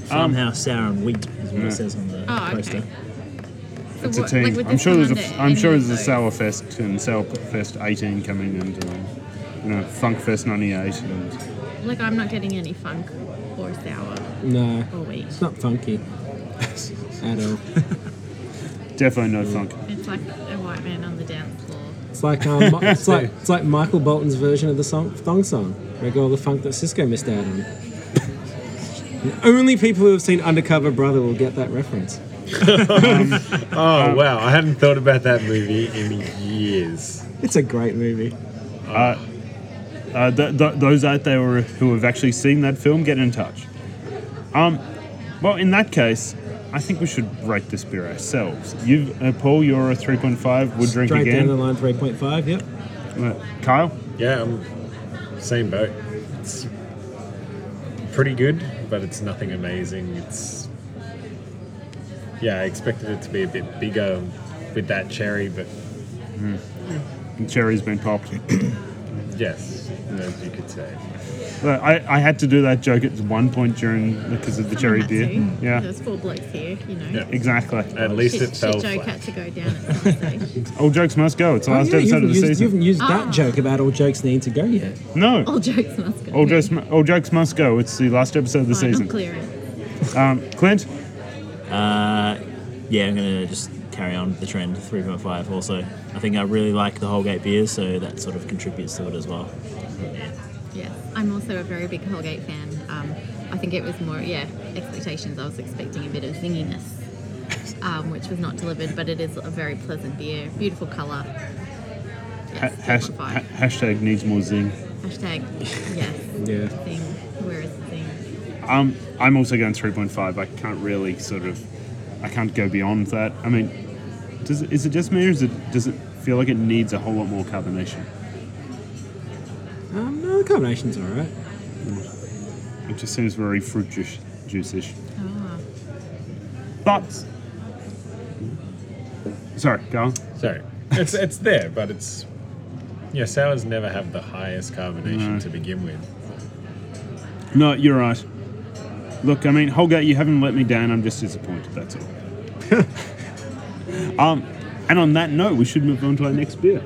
Speaker 4: Farmhouse sour and wheat is what
Speaker 1: Um, Yeah.
Speaker 4: it says on the
Speaker 8: Oh,
Speaker 4: poster.
Speaker 8: okay. So
Speaker 1: It's a
Speaker 8: what-
Speaker 1: team.
Speaker 8: would
Speaker 1: I'm
Speaker 8: this
Speaker 1: sure
Speaker 8: come
Speaker 1: there's a.
Speaker 8: under
Speaker 1: I'm
Speaker 8: any
Speaker 1: sure
Speaker 8: of
Speaker 1: there's a
Speaker 8: those?
Speaker 1: Sour Fest and Sour Fest 18 coming and um, you know Funk Fest 98 and
Speaker 8: Like I'm not getting any funk or sour
Speaker 3: No,
Speaker 8: or wheat.
Speaker 3: it's not funky at all.
Speaker 1: defo no Funk.
Speaker 8: It's like a white man on the dance floor.
Speaker 3: It's like um, Mi- it's like it's like Michael Bolton's version of the song Thong Song, where it got all the funk that Cisco missed out on. And Only people who have seen Undercover Brother will get that reference.
Speaker 7: Oh wow! I hadn't thought about that movie in years.
Speaker 3: It's a great movie.
Speaker 1: Uh, th- th- those out there who are- who have actually seen that film, get in touch. Um, well, in that case, I think we should rate this beer ourselves. You, uh, Paul, you're a 3.5. Would drink
Speaker 3: Straight down the
Speaker 1: again.
Speaker 3: line, three point five. Yep.
Speaker 1: Uh, Kyle,
Speaker 7: Yeah, I'm same boat. It's pretty good, but it's nothing amazing. It's yeah, I expected it to be a bit bigger with that cherry, but
Speaker 1: cherry's been popped.
Speaker 7: yes, as you could say.
Speaker 1: Uh, I, I had to do that joke at one point during because of the cherry
Speaker 8: Someone
Speaker 1: beer.
Speaker 8: had to.
Speaker 1: Yeah,
Speaker 8: There's four blokes here, you know.
Speaker 7: Yeah.
Speaker 1: exactly.
Speaker 7: At least
Speaker 8: Shit,
Speaker 7: it fell
Speaker 8: shit joke
Speaker 7: flat.
Speaker 8: had to go down at some stage.
Speaker 1: All jokes must go. It's the
Speaker 3: Oh,
Speaker 1: last
Speaker 3: yeah, you,
Speaker 1: episode
Speaker 3: haven't
Speaker 1: of the
Speaker 3: used, you
Speaker 1: season.
Speaker 3: haven't used
Speaker 8: Ah.
Speaker 3: that joke about all jokes need to go yet.
Speaker 1: No,
Speaker 3: Oh,
Speaker 8: All jokes must go.
Speaker 1: all jokes, mu- all jokes must go. It's the last episode of the
Speaker 8: Final
Speaker 1: season.
Speaker 8: clearance.
Speaker 1: Um, Clint,
Speaker 4: Uh, yeah, I'm gonna just carry on the trend. 3.5. Also, I think I really like the Holgate beers, so that sort of contributes to it as well.
Speaker 8: Yes, I'm also a very big Holgate fan. Um, I think it was more, yeah, expectations. I was expecting a bit of zinginess, um, which was not delivered, but it is a very pleasant beer. Beautiful colour.
Speaker 1: ha-
Speaker 8: Yes,
Speaker 1: hash-
Speaker 8: 3.5.
Speaker 1: ha- hashtag needs more zing.
Speaker 8: Hashtag, yes.
Speaker 3: Yeah.
Speaker 8: Thing. Where is the thing?
Speaker 1: Um, I'm also going 3.5. I can't really sort of, I can't go beyond that. I mean, does it, is it just me or is it, does it feel like it needs a whole lot more carbonation?
Speaker 3: Um, no, the combination's all right.
Speaker 1: It just seems very fruit juice juice-ish.
Speaker 8: Ah,
Speaker 1: But sorry, go on.
Speaker 7: So it's it's there, but it's yeah, sours never have the highest carbonation
Speaker 1: No.
Speaker 7: to begin with.
Speaker 1: No, you're right. Look, I mean, Holgate, you haven't let me down. I'm just disappointed. That's all. um, and on that note, we should move on to our next beer.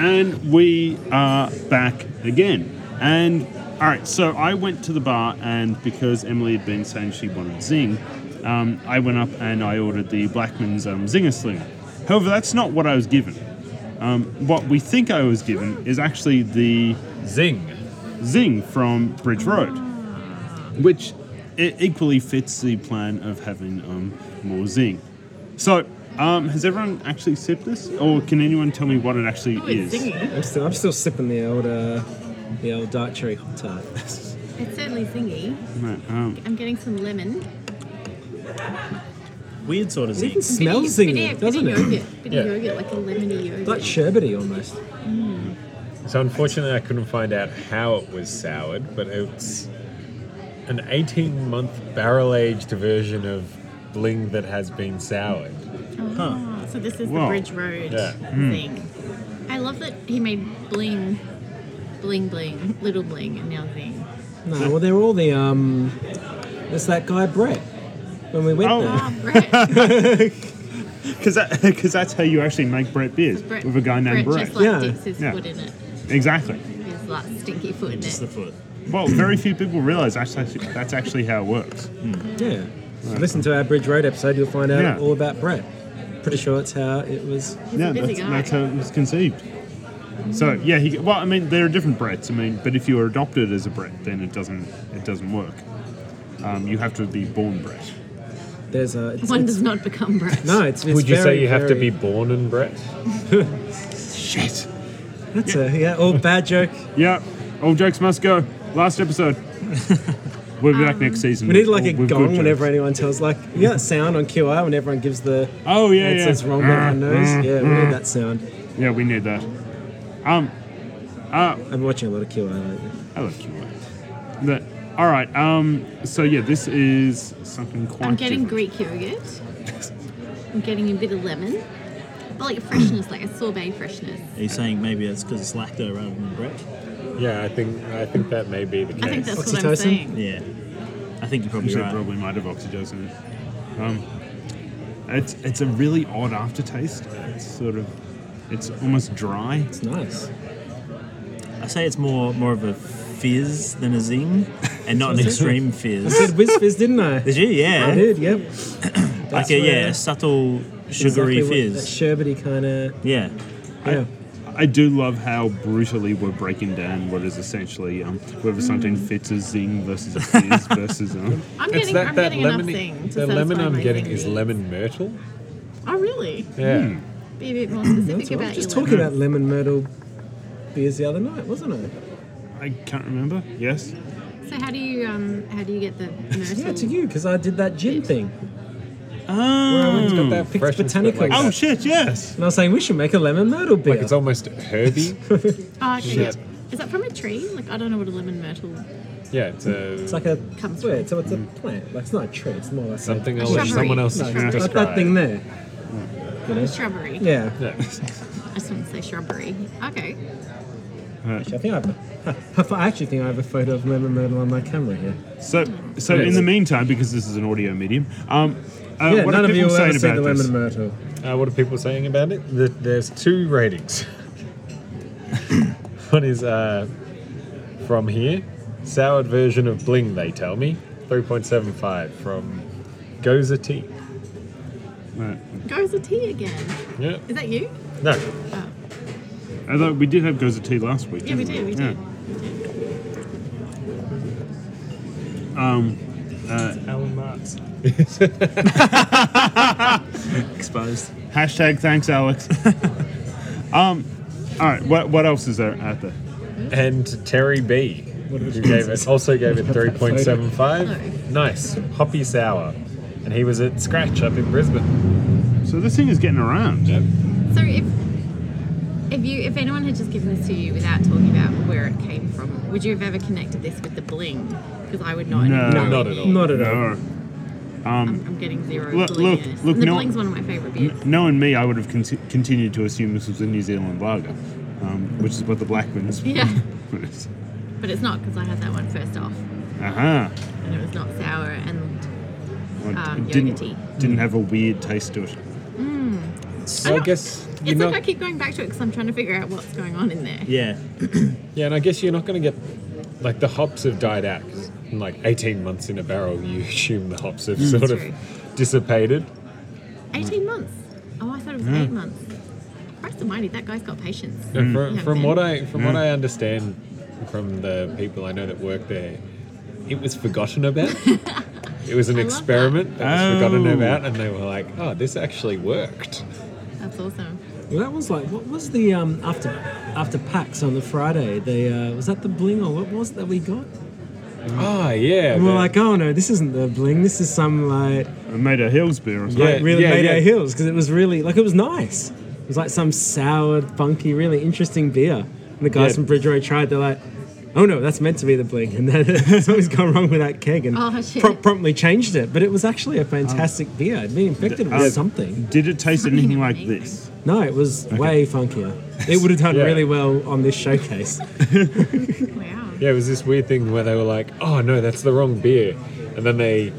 Speaker 1: And we are back again. And all right, so I went to the bar, and because Emily had been saying she wanted Zing, um, I went up and I ordered the Blackman's um, Zinger Slinger. However, that's not what I was given. Um, what we think I was given is actually the
Speaker 7: Zing.
Speaker 1: Zing from Bridge Road, which i equally fits the plan of having um, more Zing. So, um, has everyone actually sipped this, or can anyone tell me what it actually
Speaker 8: oh,
Speaker 1: is?
Speaker 8: it's zingy.
Speaker 3: I'm still, I'm still sipping the old, uh, the old dark cherry hot tart.
Speaker 8: It's certainly zingy.
Speaker 1: Right, um,
Speaker 8: I'm getting some lemon.
Speaker 4: Weird sort of
Speaker 3: It
Speaker 4: zing.
Speaker 3: even smells zingy, doesn't
Speaker 8: bit
Speaker 3: it?
Speaker 8: Yogurt, bit
Speaker 7: Yeah.
Speaker 8: of yogurt, like a lemony yogurt.
Speaker 3: Like sherbety almost.
Speaker 7: So unfortunately, I couldn't find out how it was soured, but it's an 18-month barrel-aged version of bling that has been soured.
Speaker 8: Ah, So this is
Speaker 1: Wow.
Speaker 8: the Bridge Road
Speaker 7: Yeah.
Speaker 1: Hmm.
Speaker 8: thing. I love love that he made bling, bling, bling, little bling, and now zing.
Speaker 3: No, well, they're all the um. There's that guy Brett. When we went
Speaker 1: Oh.
Speaker 8: Oh, Brett.
Speaker 1: Because that's how you actually make Brett beers
Speaker 8: Brett
Speaker 1: with a guy named Brett.
Speaker 8: Brett just like
Speaker 3: Yeah.
Speaker 8: dips his
Speaker 1: Yeah.
Speaker 8: foot in it.
Speaker 1: Exactly.
Speaker 8: His like stinky foot in
Speaker 4: Just
Speaker 8: it.
Speaker 4: the foot.
Speaker 1: Well, very few people realise that's actually, that's actually how it works.
Speaker 3: there, yeah. Listen to our Bridge Road episode. You'll find out
Speaker 1: Yeah.
Speaker 3: all about Brett. Pretty sure it's how it was.
Speaker 8: He's
Speaker 1: yeah,
Speaker 8: a busy
Speaker 1: that's,
Speaker 8: guy.
Speaker 1: that's how it was conceived. So yeah, he, well, I mean, there are different Bretts. I mean, but if you are adopted as a Brett, then it doesn't it doesn't work. Um, you have to be born Brett.
Speaker 3: There's a. It's,
Speaker 8: One
Speaker 3: it's-
Speaker 8: does not become Brett.
Speaker 3: no, it's. it's
Speaker 7: Would you
Speaker 3: very,
Speaker 7: say you have to
Speaker 3: very-
Speaker 7: be born and bred?
Speaker 1: Shit.
Speaker 3: That's a yeah. Oh, bad joke.
Speaker 1: Yeah, all jokes must go. Last episode. we'll be back
Speaker 8: Um,
Speaker 1: next season.
Speaker 3: We need
Speaker 1: with-
Speaker 3: like a
Speaker 1: with good
Speaker 3: gong whenever
Speaker 1: jokes.
Speaker 3: anyone tells like you know that sound on QR when everyone gives the
Speaker 1: Oh yeah,
Speaker 3: answers
Speaker 1: yeah.
Speaker 3: wrong with
Speaker 1: Ah,
Speaker 3: everyone knows.
Speaker 1: ah,
Speaker 3: Yeah, we need that sound.
Speaker 1: yeah, we need that. Um, uh,
Speaker 3: I've been watching a lot of QR lately.
Speaker 1: I love you. That. All right. Um. So yeah, this is something quite.
Speaker 8: I'm getting
Speaker 1: different.
Speaker 8: Greek yogurt. I'm getting a bit of lemon. But like a freshness, like a sorbet freshness.
Speaker 4: Are you saying maybe that's because it's lacto rather than Brett?
Speaker 7: Yeah, I think I think that may be the case.
Speaker 8: I think that's what I'm
Speaker 3: Oxytocin?
Speaker 8: saying.
Speaker 4: Yeah. I think you're
Speaker 1: You
Speaker 4: probably
Speaker 1: said
Speaker 4: right.
Speaker 1: probably might have oxytocin. Um, it's it's a really odd aftertaste. It's sort of, it's almost dry.
Speaker 3: It's nice.
Speaker 4: I say it's more more of a fizz than a zing, and not an extreme
Speaker 3: I
Speaker 4: fizz.
Speaker 3: said whiz fizz, didn't I?
Speaker 4: Did you? Yeah.
Speaker 3: I did. Yep.
Speaker 4: like
Speaker 3: That's
Speaker 4: a
Speaker 3: what-
Speaker 4: yeah, subtle sugary
Speaker 3: exactly what- That
Speaker 4: fizz.
Speaker 3: sherbety kind of.
Speaker 4: yeah.
Speaker 3: Yeah.
Speaker 1: I do love how brutally we're breaking down what is essentially um,
Speaker 3: Hmm.
Speaker 1: whether something fits a zing versus a fizz versus um.
Speaker 8: I'm
Speaker 7: It's
Speaker 8: getting,
Speaker 7: that,
Speaker 8: I'm
Speaker 7: that
Speaker 8: getting
Speaker 7: lemon.
Speaker 8: enough thing. To
Speaker 7: The lemon
Speaker 8: satisfy
Speaker 7: I'm
Speaker 8: my
Speaker 7: getting
Speaker 8: zing
Speaker 7: is
Speaker 8: needs.
Speaker 7: lemon myrtle.
Speaker 8: Oh, really?
Speaker 7: Yeah.
Speaker 8: Be a bit more
Speaker 3: That's
Speaker 8: specific
Speaker 3: what I was
Speaker 8: about
Speaker 3: just
Speaker 8: your
Speaker 3: talking
Speaker 8: lemon.
Speaker 3: about lemon myrtle beers the other night, wasn't I?
Speaker 1: I can't remember. Yes.
Speaker 8: So how do you um how do you get the myrtle?
Speaker 3: Yeah, to you because I did that gin thing.
Speaker 7: It's got
Speaker 3: Oh,
Speaker 7: that
Speaker 3: picked
Speaker 7: freshness that,
Speaker 3: botanicals.
Speaker 7: like,
Speaker 1: Oh
Speaker 7: that-
Speaker 1: shit! Yes.
Speaker 3: And I was saying we should make a lemon myrtle beer.
Speaker 7: like it's almost herby.
Speaker 8: Oh, okay,
Speaker 7: Shit.
Speaker 8: yeah. Is that from a tree? Like I don't know what a lemon myrtle.
Speaker 7: yeah, it's a
Speaker 3: It's like a
Speaker 8: Comes
Speaker 3: yeah, it's, a, it's a plant. Like it's not a tree. It's more like
Speaker 7: something
Speaker 3: A,
Speaker 7: I
Speaker 8: shrubbery.
Speaker 7: wish someone else
Speaker 8: No,
Speaker 7: had
Speaker 8: it's not
Speaker 3: like
Speaker 7: described.
Speaker 3: that thing there. You know?
Speaker 8: Shrubbery.
Speaker 3: Yeah.
Speaker 7: Yeah.
Speaker 8: I just want to say shrubbery. Okay.
Speaker 3: Actually, I think I have. A, I actually think I have a photo of lemon myrtle on my camera here.
Speaker 1: So so in the meantime, because this is an audio medium, um, uh,
Speaker 3: yeah,
Speaker 1: what
Speaker 3: none
Speaker 1: are
Speaker 3: of you
Speaker 1: people
Speaker 3: will
Speaker 1: saying
Speaker 3: ever see
Speaker 1: about
Speaker 3: the
Speaker 1: this?
Speaker 3: lemon myrtle.
Speaker 7: Uh, what are people saying about it? Th- There's two ratings. One is uh, from here, soured version of Bling, they tell me. 3.75 from Goza Tea.
Speaker 1: Right.
Speaker 8: Goes the tea again.
Speaker 7: Yeah.
Speaker 8: Is that you?
Speaker 7: No.
Speaker 1: Although we did have Goza tea last week.
Speaker 8: Yeah, we
Speaker 1: didn't
Speaker 8: do. We do.
Speaker 1: Yeah.
Speaker 3: Mm.
Speaker 7: Alan Marks.
Speaker 4: Exposed.
Speaker 1: Hashtag thanks, Alex. um, all right. What what else is there out there?
Speaker 7: And Terry B. Who gave it, also gave it 3.75. Nice. Hoppy Sour. And he was at Scratch up in Brisbane.
Speaker 1: So this thing is getting around.
Speaker 7: Yep.
Speaker 8: So if if you if anyone had just given this to you without talking about where it came from, would you have ever connected this with the bling? Because I would not.
Speaker 1: No.
Speaker 7: Not at all.
Speaker 3: Not at all.
Speaker 1: No,
Speaker 8: I'm, I'm getting zero
Speaker 1: Look-
Speaker 8: bling.
Speaker 1: look-
Speaker 8: in it.
Speaker 1: look,
Speaker 8: the
Speaker 1: no-
Speaker 8: bling's one of my favorite beers.
Speaker 1: knowing me, I would have con- continued to assume this was a New Zealand lager, um, which is what the Blackmans.
Speaker 8: Yeah.
Speaker 1: was.
Speaker 8: But it's not because I had that one first off,
Speaker 1: Aha.
Speaker 8: and it was not sour and
Speaker 1: Uh-huh. Well, it
Speaker 8: Um, yogurt-y.
Speaker 1: didn't didn't have a weird taste to it.
Speaker 7: So I
Speaker 8: not-
Speaker 7: guess
Speaker 8: It's
Speaker 7: you're not,
Speaker 8: like I keep going back to it because I'm trying to figure out what's going on in there.
Speaker 4: Yeah.
Speaker 7: yeah, and I guess you're not going to get like the hops have died out because in like 18 months in a barrel, you assume the hops have sort of
Speaker 8: True.
Speaker 7: dissipated.
Speaker 8: 18 months. Oh, I thought it was
Speaker 7: Mm.
Speaker 8: eight months. Christ almighty, that guy's got patience.
Speaker 7: And From,
Speaker 8: Yeah, Mm.
Speaker 7: from
Speaker 8: Ben.
Speaker 7: what I from what I understand from the people I know that work there, it was forgotten about. it was an
Speaker 8: I love that.
Speaker 7: experiment that, was forgotten
Speaker 1: Oh.
Speaker 7: about, and they were like, "Oh, this actually worked."
Speaker 8: That's awesome.
Speaker 3: Well, that was like what was the um after after PAX on the Friday? The uh, was that the bling or what was it that we got?
Speaker 7: Ah, yeah.
Speaker 3: And we're
Speaker 7: the-
Speaker 3: like, oh no, this isn't the bling. This is some like
Speaker 1: I made a Hills beer or something.
Speaker 7: Yeah,
Speaker 3: really
Speaker 7: yeah,
Speaker 3: made
Speaker 7: yeah.
Speaker 3: our hills because it was really like it was nice. It was like some sour, funky, really interesting beer. And the guys
Speaker 7: Yeah.
Speaker 3: from Bridge Road tried. They're like, oh no, that's meant to be the bling, and then something's gone wrong with that keg, and
Speaker 8: Oh, shit.
Speaker 3: pro- promptly
Speaker 7: Um,
Speaker 3: changed it. But it was actually a fantastic beer. It'd been infected with
Speaker 1: Uh,
Speaker 3: something.
Speaker 1: Did it taste
Speaker 8: Something
Speaker 1: anything like
Speaker 8: amazing.
Speaker 1: this?
Speaker 3: No, it was way funkier. It would have done
Speaker 7: Yeah.
Speaker 3: really well on this showcase.
Speaker 8: Wow.
Speaker 7: Yeah, it was this weird thing where they were like, "Oh no, that's the wrong beer," and then they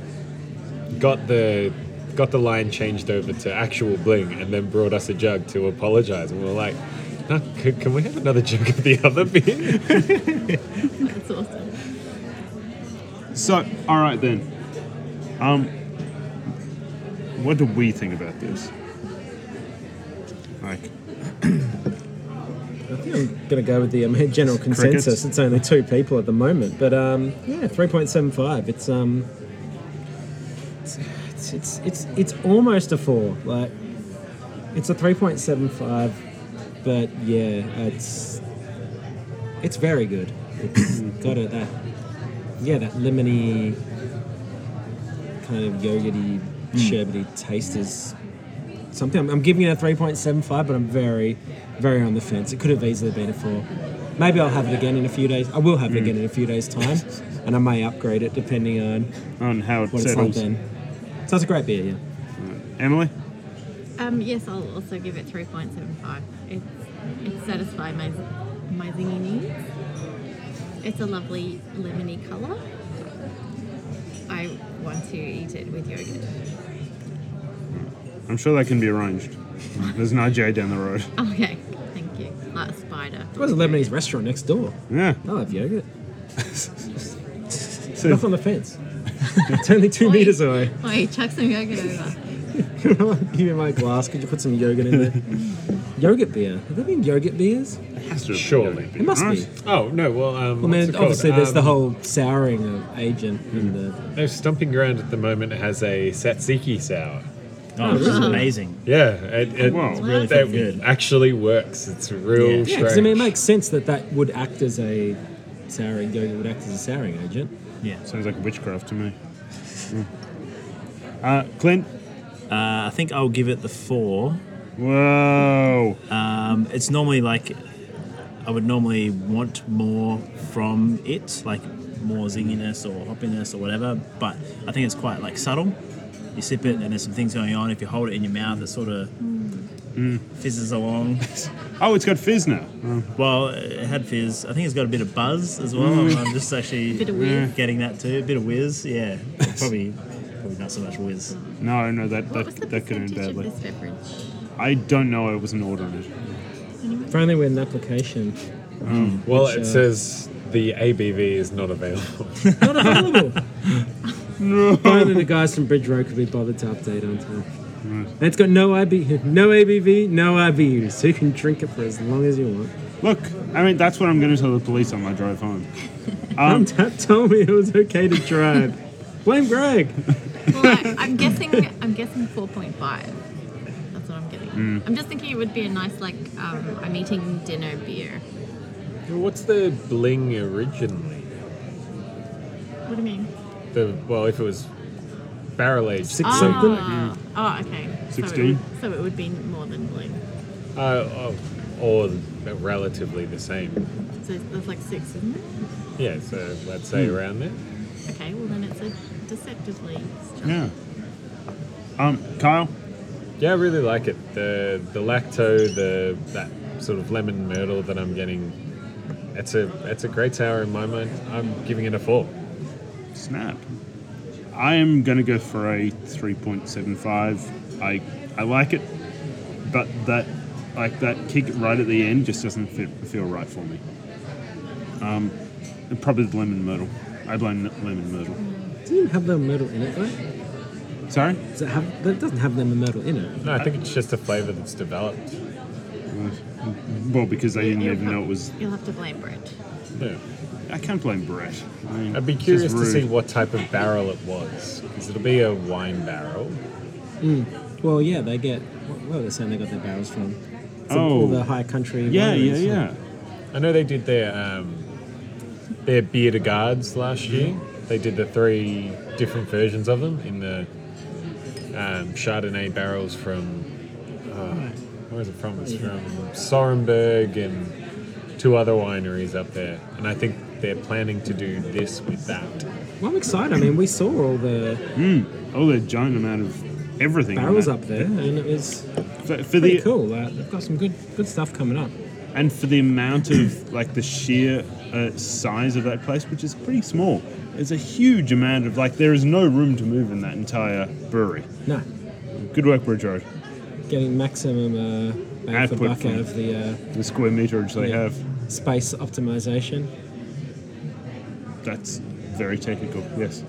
Speaker 7: got the got the line changed over to actual bling, and then brought us a jug to apologize, and we were like, no, c- "Can we have another jug of the other beer?"
Speaker 8: That's awesome.
Speaker 1: So, all right then. Um, what do we think about this? Like,
Speaker 3: I think I'm going to go with the um, general consensus.
Speaker 1: Crickets.
Speaker 3: It's only two people at the moment, but um, yeah, three point seven five. It's um, it's, it's it's it's almost a four. Like it's a three point seven five, but yeah, it's it's very good. It's got it that yeah that lemony kind of yogurty sherbety taste is something. I'm, I'm giving it a 3.75, but I'm very, very on the fence. It could have easily been a four. Maybe I'll have it again in a few days. I will have it again in a few days' time,
Speaker 7: Mm.
Speaker 3: and I may upgrade it depending on
Speaker 1: on how it
Speaker 3: what it's like
Speaker 1: settles.
Speaker 3: then. So it's a great beer, yeah.
Speaker 1: Emily?
Speaker 8: Um, yes, I'll also give it 3.75. It's, it satisfied my, my zingy needs. It's a lovely lemony colour. I want to eat it with yogurt.
Speaker 1: I'm sure that can be arranged. There's an IJ down the road.
Speaker 8: Okay, thank you. Like a spider.
Speaker 3: It was a Lebanese restaurant next door.
Speaker 1: Yeah.
Speaker 3: I love yogurt.
Speaker 1: So,
Speaker 3: Enough on the fence. it's only two
Speaker 8: Oi.
Speaker 3: meters away.
Speaker 8: Oi, chuck some yogurt over.
Speaker 3: Give me my glass. Could you put some yogurt in there? yogurt beer. Have there been yogurt beers?
Speaker 7: Surely.
Speaker 3: It must be.
Speaker 7: Oh no,
Speaker 3: Well,
Speaker 7: well, um,
Speaker 3: I
Speaker 7: what's
Speaker 3: mean,
Speaker 7: it called?
Speaker 3: obviously, there's the
Speaker 7: Um,
Speaker 3: whole souring of agent in the.
Speaker 7: No, Stomping Ground at the moment has a Satsiki sour.
Speaker 4: Oh, this is amazing.
Speaker 7: Yeah, it, it
Speaker 1: Wow. It's
Speaker 8: really
Speaker 7: that
Speaker 4: good.
Speaker 7: actually works. It's real
Speaker 4: Yeah.
Speaker 7: strange.
Speaker 3: Yeah, because I mean, it makes sense that that would act as a souring yogurt would act as a souring agent.
Speaker 4: Yeah.
Speaker 1: Sounds like witchcraft to me. Mm. Uh, Clint?
Speaker 4: Uh, I think I'll give it the four.
Speaker 1: Whoa.
Speaker 4: Um, it's normally like I would normally want more from it, like more zinginess or hoppiness or whatever. But I think it's quite like subtle. You sip it and there's some things going on. If you hold it in your mouth, it sort of
Speaker 3: Mm.
Speaker 4: fizzes along.
Speaker 1: Oh, it's got fizz now. Oh,
Speaker 4: Well, it had fizz. I think it's got a bit of buzz as well. I'm just actually
Speaker 8: Bit of whiz.
Speaker 4: getting that too. A bit of whiz, yeah. Well, probably, probably not so much whiz.
Speaker 1: no, no, that,
Speaker 8: What was
Speaker 1: that,
Speaker 8: the
Speaker 1: that could end
Speaker 8: percentage of
Speaker 1: badly.
Speaker 8: this beverage?
Speaker 1: I don't know. I wasn't ordering it.
Speaker 3: If only we had an application.
Speaker 7: well,
Speaker 3: which, uh,
Speaker 7: it says the ABV is not available.
Speaker 3: Not available. no. Only the guys from Bridge Road could be bothered to update on time. And it's got no IB, no ABV, no IBU, so you can drink it for as long as you want.
Speaker 1: Look, I mean, that's what I'm going to tell the police on my drive home. Um,
Speaker 3: Untap told me it was okay to drive. Blame Greg.
Speaker 8: Well, I, I'm guessing. I'm guessing 4.5. That's what I'm getting.
Speaker 1: Hmm.
Speaker 8: I'm just thinking it would be a nice like. Um, I'm eating dinner beer.
Speaker 7: What's the bling originally?
Speaker 8: What do you mean?
Speaker 7: The well, if it was barrel aged,
Speaker 3: Six
Speaker 8: Ah,
Speaker 3: something.
Speaker 1: Hmm.
Speaker 8: Oh,
Speaker 1: 16?
Speaker 8: okay. So it, would, so it would be more than blue.
Speaker 7: uh, oh, or relatively the same.
Speaker 8: So that's like six, isn't it?
Speaker 7: Yeah, so let's say around there.
Speaker 8: Okay. Well, then it's a deceptively. strong.
Speaker 1: yeah. Um, Kyle?
Speaker 7: Yeah, I really like it. The the lacto, the that sort of lemon myrtle that I'm getting. It's a it's a great sour in my mind. I'm giving it a four.
Speaker 1: Snap. I am going to go for a 3.75. I I like it, but that like that kick right at the end just doesn't fit, feel right for me. Um, and probably the lemon myrtle. I blame the lemon myrtle.
Speaker 3: Does it even have lemon myrtle in it though?
Speaker 1: Sorry.
Speaker 3: Does it have? That doesn't have lemon myrtle in it.
Speaker 7: No, I think it's just a flavour that's developed.
Speaker 1: Well, because I didn't
Speaker 8: You'll
Speaker 1: even
Speaker 8: have-
Speaker 1: know it was.
Speaker 8: You'll have to blame Brett.
Speaker 7: Yeah.
Speaker 1: I can't blame Brett. I mean,
Speaker 7: I'd be
Speaker 1: it's just
Speaker 7: curious to
Speaker 1: rude.
Speaker 7: see what type of barrel it was, because it'll be a wine barrel.
Speaker 3: Well, yeah, they get. what- What are they saying they got their barrels from? It's
Speaker 1: Oh.
Speaker 3: all the high country.
Speaker 1: Yeah, yeah,
Speaker 3: wineries.
Speaker 1: yeah.
Speaker 7: I know they did their um, their beer to guards last year. They did the three different versions of them in the um, Chardonnay barrels from uh, where is it from? It's from Sorenberg and two other wineries up there. And I think they're planning to do this with that.
Speaker 3: Well, I'm excited. I mean, we saw all the
Speaker 1: Oh, that giant amount of everything. on
Speaker 3: barrels
Speaker 1: that.
Speaker 3: up there, and it was
Speaker 1: for, for
Speaker 3: pretty
Speaker 1: the
Speaker 3: cool. Uh, they've got some good good stuff coming up.
Speaker 1: and for the amount of like the sheer uh, size of that place, which is pretty small. There's a huge amount of like there is no room to move in that entire brewery.
Speaker 3: No,
Speaker 1: Good work, Bridge Road.
Speaker 3: getting maximum uh, bang for
Speaker 1: Output
Speaker 3: buck
Speaker 1: from-
Speaker 3: out of the uh,
Speaker 1: The square meterage they
Speaker 3: Yeah.
Speaker 1: have.
Speaker 3: space optimization.
Speaker 1: That's very technical. Yes.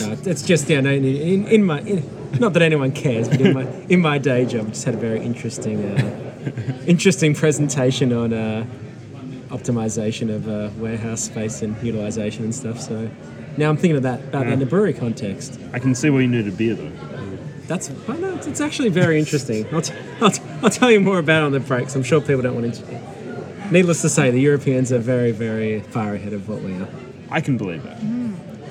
Speaker 3: No, it's just yeah. No, in, in, in my in, not that anyone cares, but in my in my day job, I just had a very interesting uh, interesting presentation on uh, optimization of uh, warehouse space and utilization and stuff. So now I'm thinking of that about that in the brewery context.
Speaker 1: I can see why you need a beer though.
Speaker 3: That's but no, it's, it's actually very interesting. I'll, t- I'll, t- I'll tell you more about it on the breaks. I'm sure people don't want to. Needless to say, the Europeans are very very far ahead of what we are.
Speaker 1: I can believe that.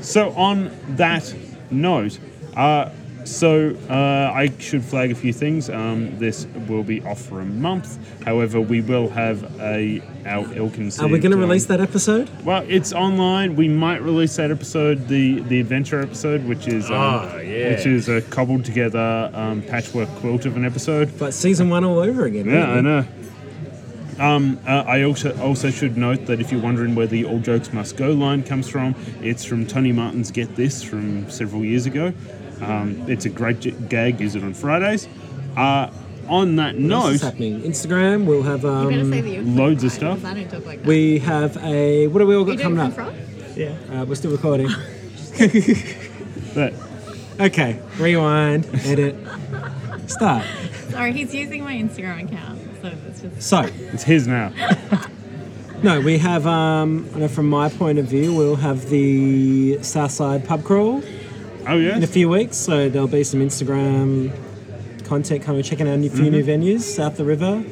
Speaker 1: So on that note, uh, so uh, I should flag a few things. Um, this will be off for a month. However, we will have a our Elkin.
Speaker 3: Are we going to release that episode?
Speaker 1: Well, it's online. We might release that episode, the the adventure episode, which is um,
Speaker 7: Ah, yeah.
Speaker 1: which is a cobbled together um, patchwork quilt of an episode.
Speaker 3: But season one all over again.
Speaker 1: Yeah, I
Speaker 3: really.
Speaker 1: know. Um, uh, I also also should note that if you're wondering where the "All Jokes Must Go" line comes from, it's from Tony Martin's "Get This" from several years ago. Um, it's a great j- gag. Is it on Fridays? Uh, on that
Speaker 3: What else
Speaker 1: note,
Speaker 3: is happening? Instagram. We'll have
Speaker 8: You better say
Speaker 3: um,
Speaker 8: that you're
Speaker 1: loads of stuff.
Speaker 8: qualified, 'cause I don't talk like that.
Speaker 3: we have a what have we all
Speaker 8: you
Speaker 3: got
Speaker 8: don't
Speaker 3: coming
Speaker 8: come
Speaker 3: up?
Speaker 8: from?
Speaker 3: Yeah, uh, we're still recording.
Speaker 1: that,
Speaker 3: okay, rewind, edit, start.
Speaker 8: Sorry, he's using my Instagram account, so it's just
Speaker 3: So
Speaker 1: it's his now.
Speaker 3: no, we have um, I know from my point of view, we'll have the Southside pub crawl
Speaker 1: Oh yeah,
Speaker 3: in a few weeks. So there'll be some Instagram content coming, checking out a few new
Speaker 1: Mm-hmm.
Speaker 3: venues south the river,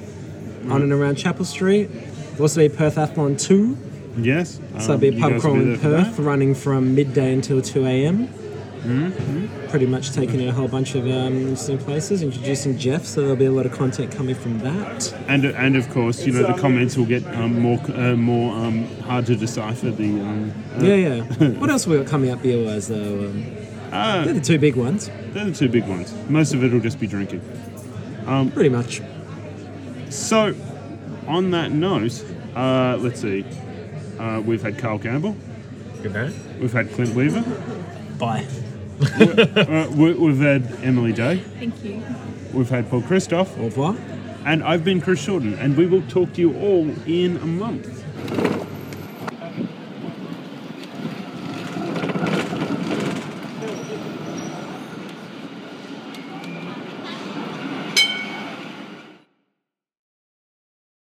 Speaker 3: on and around Chapel Street. There'll also be Perth Athlon two.
Speaker 1: yes.
Speaker 3: So that'd be
Speaker 1: Um,
Speaker 3: a
Speaker 1: you
Speaker 3: pub
Speaker 1: guys
Speaker 3: crawl
Speaker 1: will be
Speaker 3: in
Speaker 1: there for
Speaker 3: Perth, running from midday until 2 a.m.
Speaker 1: Mm-hmm.
Speaker 3: Pretty much taking a whole bunch of um, interesting places, introducing Jeff, so there'll be a lot of content coming from that.
Speaker 1: that. And and of course, you know the comments will get um, more uh, more um, hard to decipher. The um, uh,
Speaker 3: Yeah, yeah. what else we got coming up beer wise, though? Um,
Speaker 1: Ah.
Speaker 3: they're the two big ones,
Speaker 1: they're the two big ones. Most of it will just be drinking.
Speaker 3: pretty much.
Speaker 1: So, on that note, uh, let's see. Uh, we've had Carl Campbell.
Speaker 7: Good night.
Speaker 1: We've had Clint Weaver.
Speaker 4: Bye.
Speaker 1: uh, we, we've had Emily Day.
Speaker 8: thank you.
Speaker 1: We've had Paul Christoph.
Speaker 3: Au revoir.
Speaker 1: And I've been Chris Shorten. And we will talk to you all in a month.